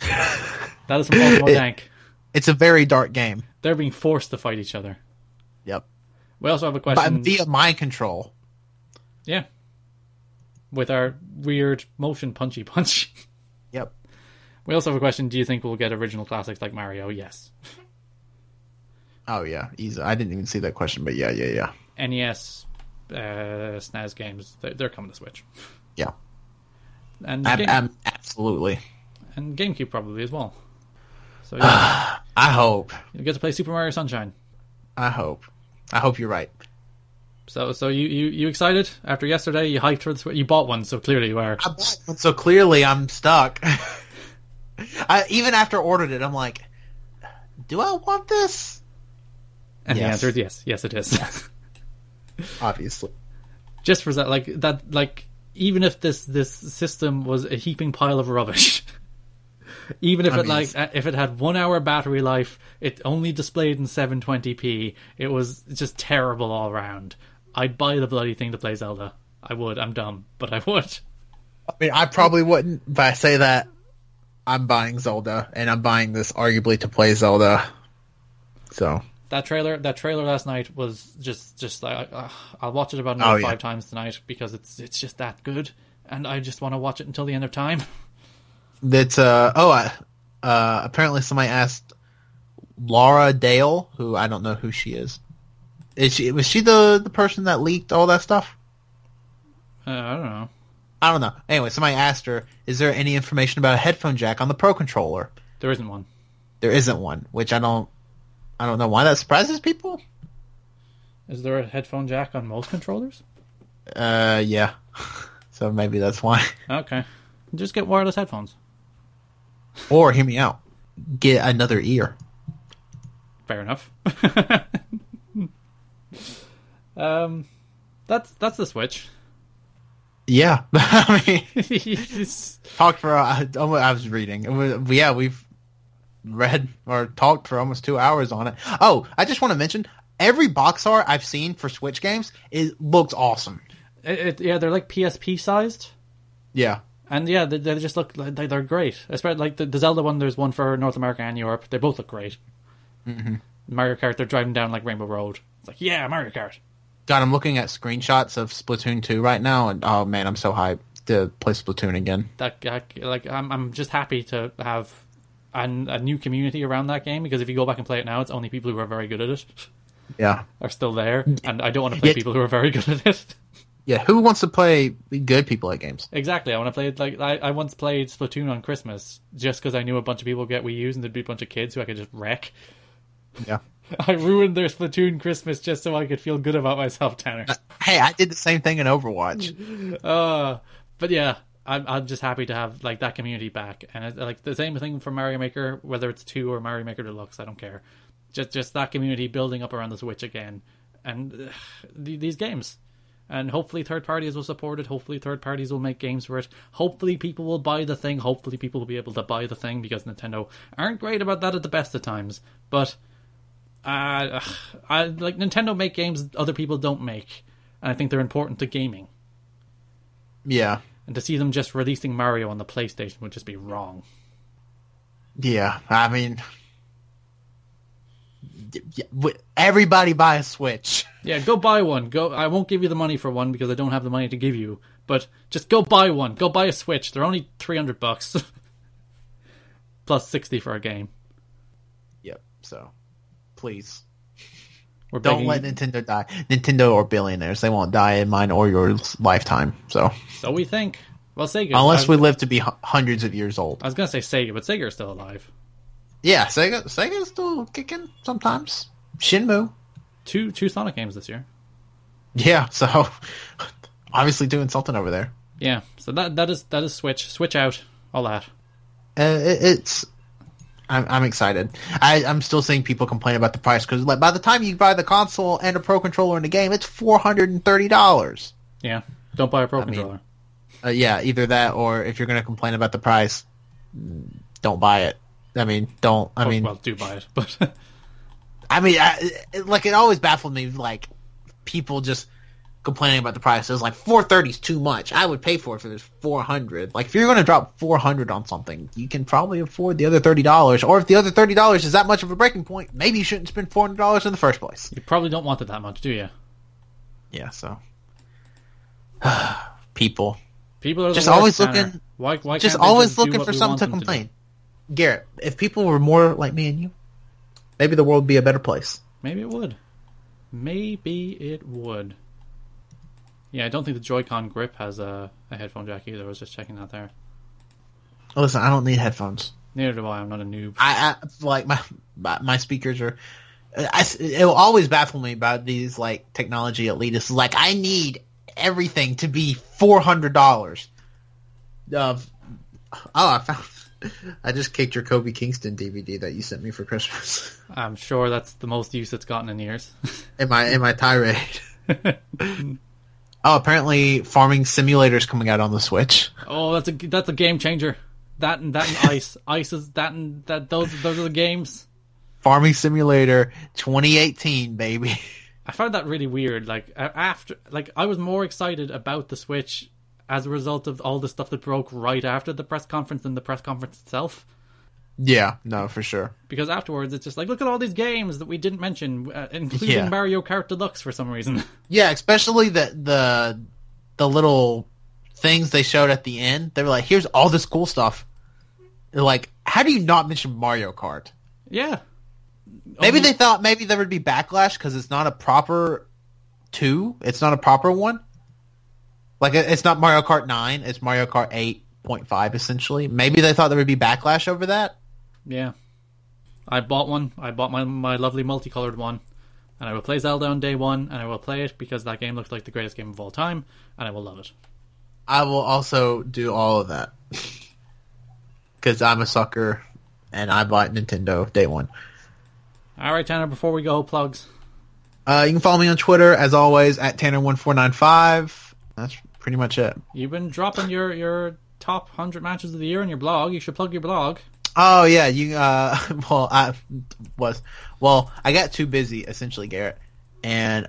that is from Ultimo Dank.
It's a very dark game.
They're being forced to fight each other.
Yep.
We also have a
But um, uh,
question.
via mind control.
yeah. With our weird motion punchy punch. (laughs)
Yep.
We also have a question. Do you think we'll get original classics like Mario? Yes.
Oh yeah, easy. I didn't even see that question, but yeah, yeah, yeah,
NES, uh, SNES games, they're, they're coming to Switch.
yeah.
And,
Ab-
Game-
Um, ab- absolutely.
and GameCube probably as well. So yeah,
I hope.
you get to play Super Mario Sunshine.
I hope. I hope you're right.
So so you you, you excited after yesterday? You hyped for the Switch. You bought one, so clearly you are.
I bought one, so clearly I'm stuck. (laughs) I even after I ordered it, I'm like, do I want this?
And the
Yes.
answer is yes. Yes, it is.
Obviously.
(laughs) Just for that, like that, like even if this this system was a heaping pile of rubbish. (laughs) Even if
I
it
mean,
like uh, if it had one hour battery life, it only displayed in 720p. It was just terrible all round. I'd buy the bloody thing to play Zelda. I would. I'm dumb, but I would.
I mean, I probably wouldn't, but I say that I'm buying Zelda, and I'm buying this arguably to play Zelda. So
That trailer, that trailer last night was just, just like uh, I'll watch it about another
Oh,
five
yeah.
times tonight because it's, it's just that good, and I just want to watch it until the end of time. (laughs)
that's uh oh, I, uh apparently somebody asked Laura Dale, who I don't know who she is. Is she was she the the person that leaked all that stuff?
Uh, I don't know.
I don't know. Anyway, somebody asked her, "Is there any information about a headphone jack on the Pro controller?"
There isn't one.
There isn't one, which I don't, I don't know why that surprises people.
Is there a headphone jack on most controllers?
Uh, yeah. (laughs) so maybe that's why.
Okay, just get wireless headphones.
or hear me out. Get another ear.
Fair enough. (laughs) um, that's that's the switch. (laughs)
Yeah, (laughs) I mean,
It's-
talked for. I, I was reading. It was- yeah, we've read or talked for almost two hours on it. Oh, I just want to mention every box art I've seen for Switch games is looks awesome.
it, it, yeah, they're like PSP sized.
Yeah,
And yeah, they, they just look like they, they're great. Especially like the, the Zelda one. There's one for North America and Europe. They both look great. Mm-hmm. Mario Kart. They're driving down like Rainbow Road. It's like yeah, Mario Kart.
God, I'm looking at screenshots of Splatoon 2 right now, and oh man, I'm so hyped to play Splatoon again.
That that- like I'm I'm just happy to have an, a new community around that game because if you go back and play it now, it's only people who are very good at it (laughs)
Yeah.
are still there, and I don't want to play
Yet-
people who are very (laughs) good at it.
Yeah, who wants to play good people at games?
Exactly. I want to play like I, I once played Splatoon on Christmas just because I knew a bunch of people would get Wii U's and there'd be a bunch of kids who I could just wreck.
Yeah.
(laughs) I ruined their Splatoon Christmas just so I could feel good about myself, Tanner.
Hey, I did the same thing in Overwatch.
Uh, but yeah, I'm I'm just happy to have like that community back, and it's, like the same thing for Mario Maker, whether it's two or Mario Maker Deluxe, I don't care. Just just that community building up around the Switch again, and ugh, the these games, and hopefully third parties will support it. Hopefully third parties will make games for it. Hopefully people will buy the thing. Hopefully people will be able to buy the thing because Nintendo aren't great about that at the best of times, but uh, ugh, I like Nintendo make games other people don't make, and I think they're important to gaming.
Yeah.
And to see them just releasing Mario on the PlayStation would just be wrong.
Yeah. I mean, y- y- w- everybody buy a Switch.
Yeah, go buy one. Go. I won't give you the money for one because I don't have the money to give you. But just go buy one. Go buy a Switch. They're only three hundred bucks, (laughs) plus sixty for a game.
Yep. So, please.
We're
Don't
begging,
let Nintendo die. Nintendo or billionaires. They won't die in mine or your lifetime. So,
So we think. Well, Sega. I,
unless
was-
we live to be hu- hundreds of years old.
I was gonna say Sega, but Sega's still alive.
Yeah, Sega Sega's still kicking sometimes. Shinmu.
Two two Sonic games this year.
Yeah, so (laughs) obviously doing something over there.
Yeah. So that that is that is Switch. Switch out. All that.
Uh, it, it's I'm, I'm excited. I, I'm still seeing people complain about the price because like by the time you buy the console and a pro controller in the game, it's four hundred and thirty dollars.
Yeah. Don't buy a Pro controller.
Uh, yeah, either that or if you're going to complain about the price, mm, don't buy it. I mean, don't. I
Oh,
mean,
well, do buy it, (laughs) but
I mean, I, it, like it always baffled me, like people just complaining about the price. It was like four thirty is too much. I would pay for it for this four hundred. Like if you're going to drop four hundred on something, you can probably afford the other thirty dollars. Or if the other thirty dollars is that much of a breaking point, maybe you shouldn't spend four hundred dollars in the first place.
you probably don't want it that much, do you?
Yeah. So, (sighs) people
People are
Just
the worst,
always
Tanner.
looking-
Why? Why?
just
can't they
always
do
looking
what
for
we
something
want them do?
to complain. Garrett, if people were more like me and you, maybe the world would be a better place.
Maybe it would. Maybe it would. Yeah, I don't think the Joy-Con grip has a, a headphone jack either. I was just checking that there.
Listen, I don't need headphones.
Neither do I. I'm not a noob.
I, I like my, my my speakers are. I, it will always baffle me about these like technology elitists. Like I need everything to be four hundred dollars. Of oh, I found. (laughs) I just kicked your Kobe Kingston DVD that you sent me for Christmas (laughs)
I'm sure that's the most use it's gotten in years. (laughs)
in my in my tirade. (laughs) oh, apparently Farming Simulator's coming out on the Switch.
oh, that's a that's a game changer. That and that
(laughs)
and ice, ice is that and that. Those those are the games.
Farming Simulator 2018, baby. (laughs)
I found that really weird. Like a- after, like I was more excited about the Switch as a result of all the stuff that broke right after the press conference than the press conference itself.
Yeah, no, for sure.
Because afterwards, it's just like, look at all these games that we didn't mention, uh, including
Yeah.
Mario Kart Deluxe for some reason. (laughs)
Yeah, especially the the the little things they showed at the end. They were like, "Here's all this cool stuff." They're like, how do you not mention Mario Kart?
yeah,
Maybe they thought maybe there would be backlash because it's not a proper two. It's not a proper one. Like it- it's not Mario Kart nine. It's Mario Kart eight point five essentially. Maybe they thought there would be backlash over that.
Yeah. I bought one. I bought my my lovely multicolored one. And I will play Zelda on day one, and I will play it because that game looks like the greatest game of all time, and I will love it.
I will also do all of that (laughs) because I'm a sucker and I bought Nintendo day one.
All right, Tanner. Before we go, plugs.
Uh, you can follow me on Twitter as always at Tanner1495. That's pretty much it.
You've been dropping your your top hundred matches of the year in your blog. You should plug your blog.
Oh yeah, you. Uh, (laughs) well, I was. Well, I got too busy essentially, Garrett, and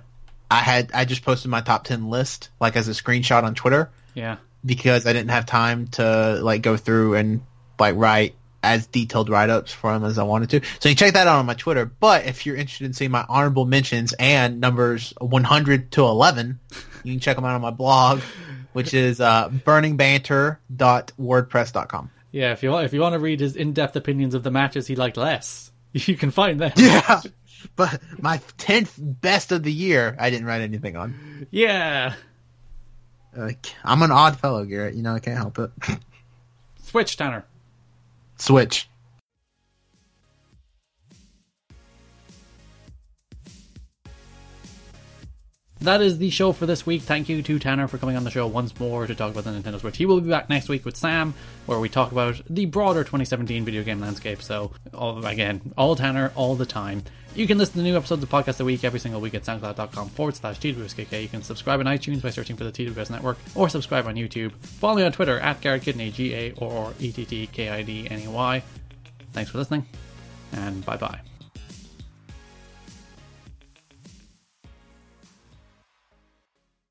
I had I just posted my top ten list like as a screenshot on Twitter
Yeah.
because I didn't have time to like go through and like write as detailed write ups for them as I wanted to. So you can check that out on my Twitter. But if you're interested in seeing my honorable mentions and numbers 100 to 11, you can check them out on my blog, which is uh, burningbanter.wordpress.com.
Yeah. If you want, if you want to read his in depth opinions of the matches he liked less, (laughs) you can find them.
Yeah. (laughs) But my 10th best of the year, I didn't write anything on.
Yeah.
Like, I'm an odd fellow, Garrett. You know, I can't help it. (laughs)
Switch, Tanner.
Switch.
That is the show for this week. Thank you to Tanner for coming on the show once more to talk about the Nintendo Switch. He will be back next week with Sam, where we talk about the broader 2017 video game landscape. So, all, again, all Tanner, all the time. You can listen to new episodes of Podcast a Week every single week at soundcloud.com forward slash TWSKK. You can subscribe on iTunes by searching for the TWS Network or subscribe on YouTube. Follow me on Twitter at Garrett Kidney, G A or E T T K I D N E Y. Thanks for listening, and bye bye.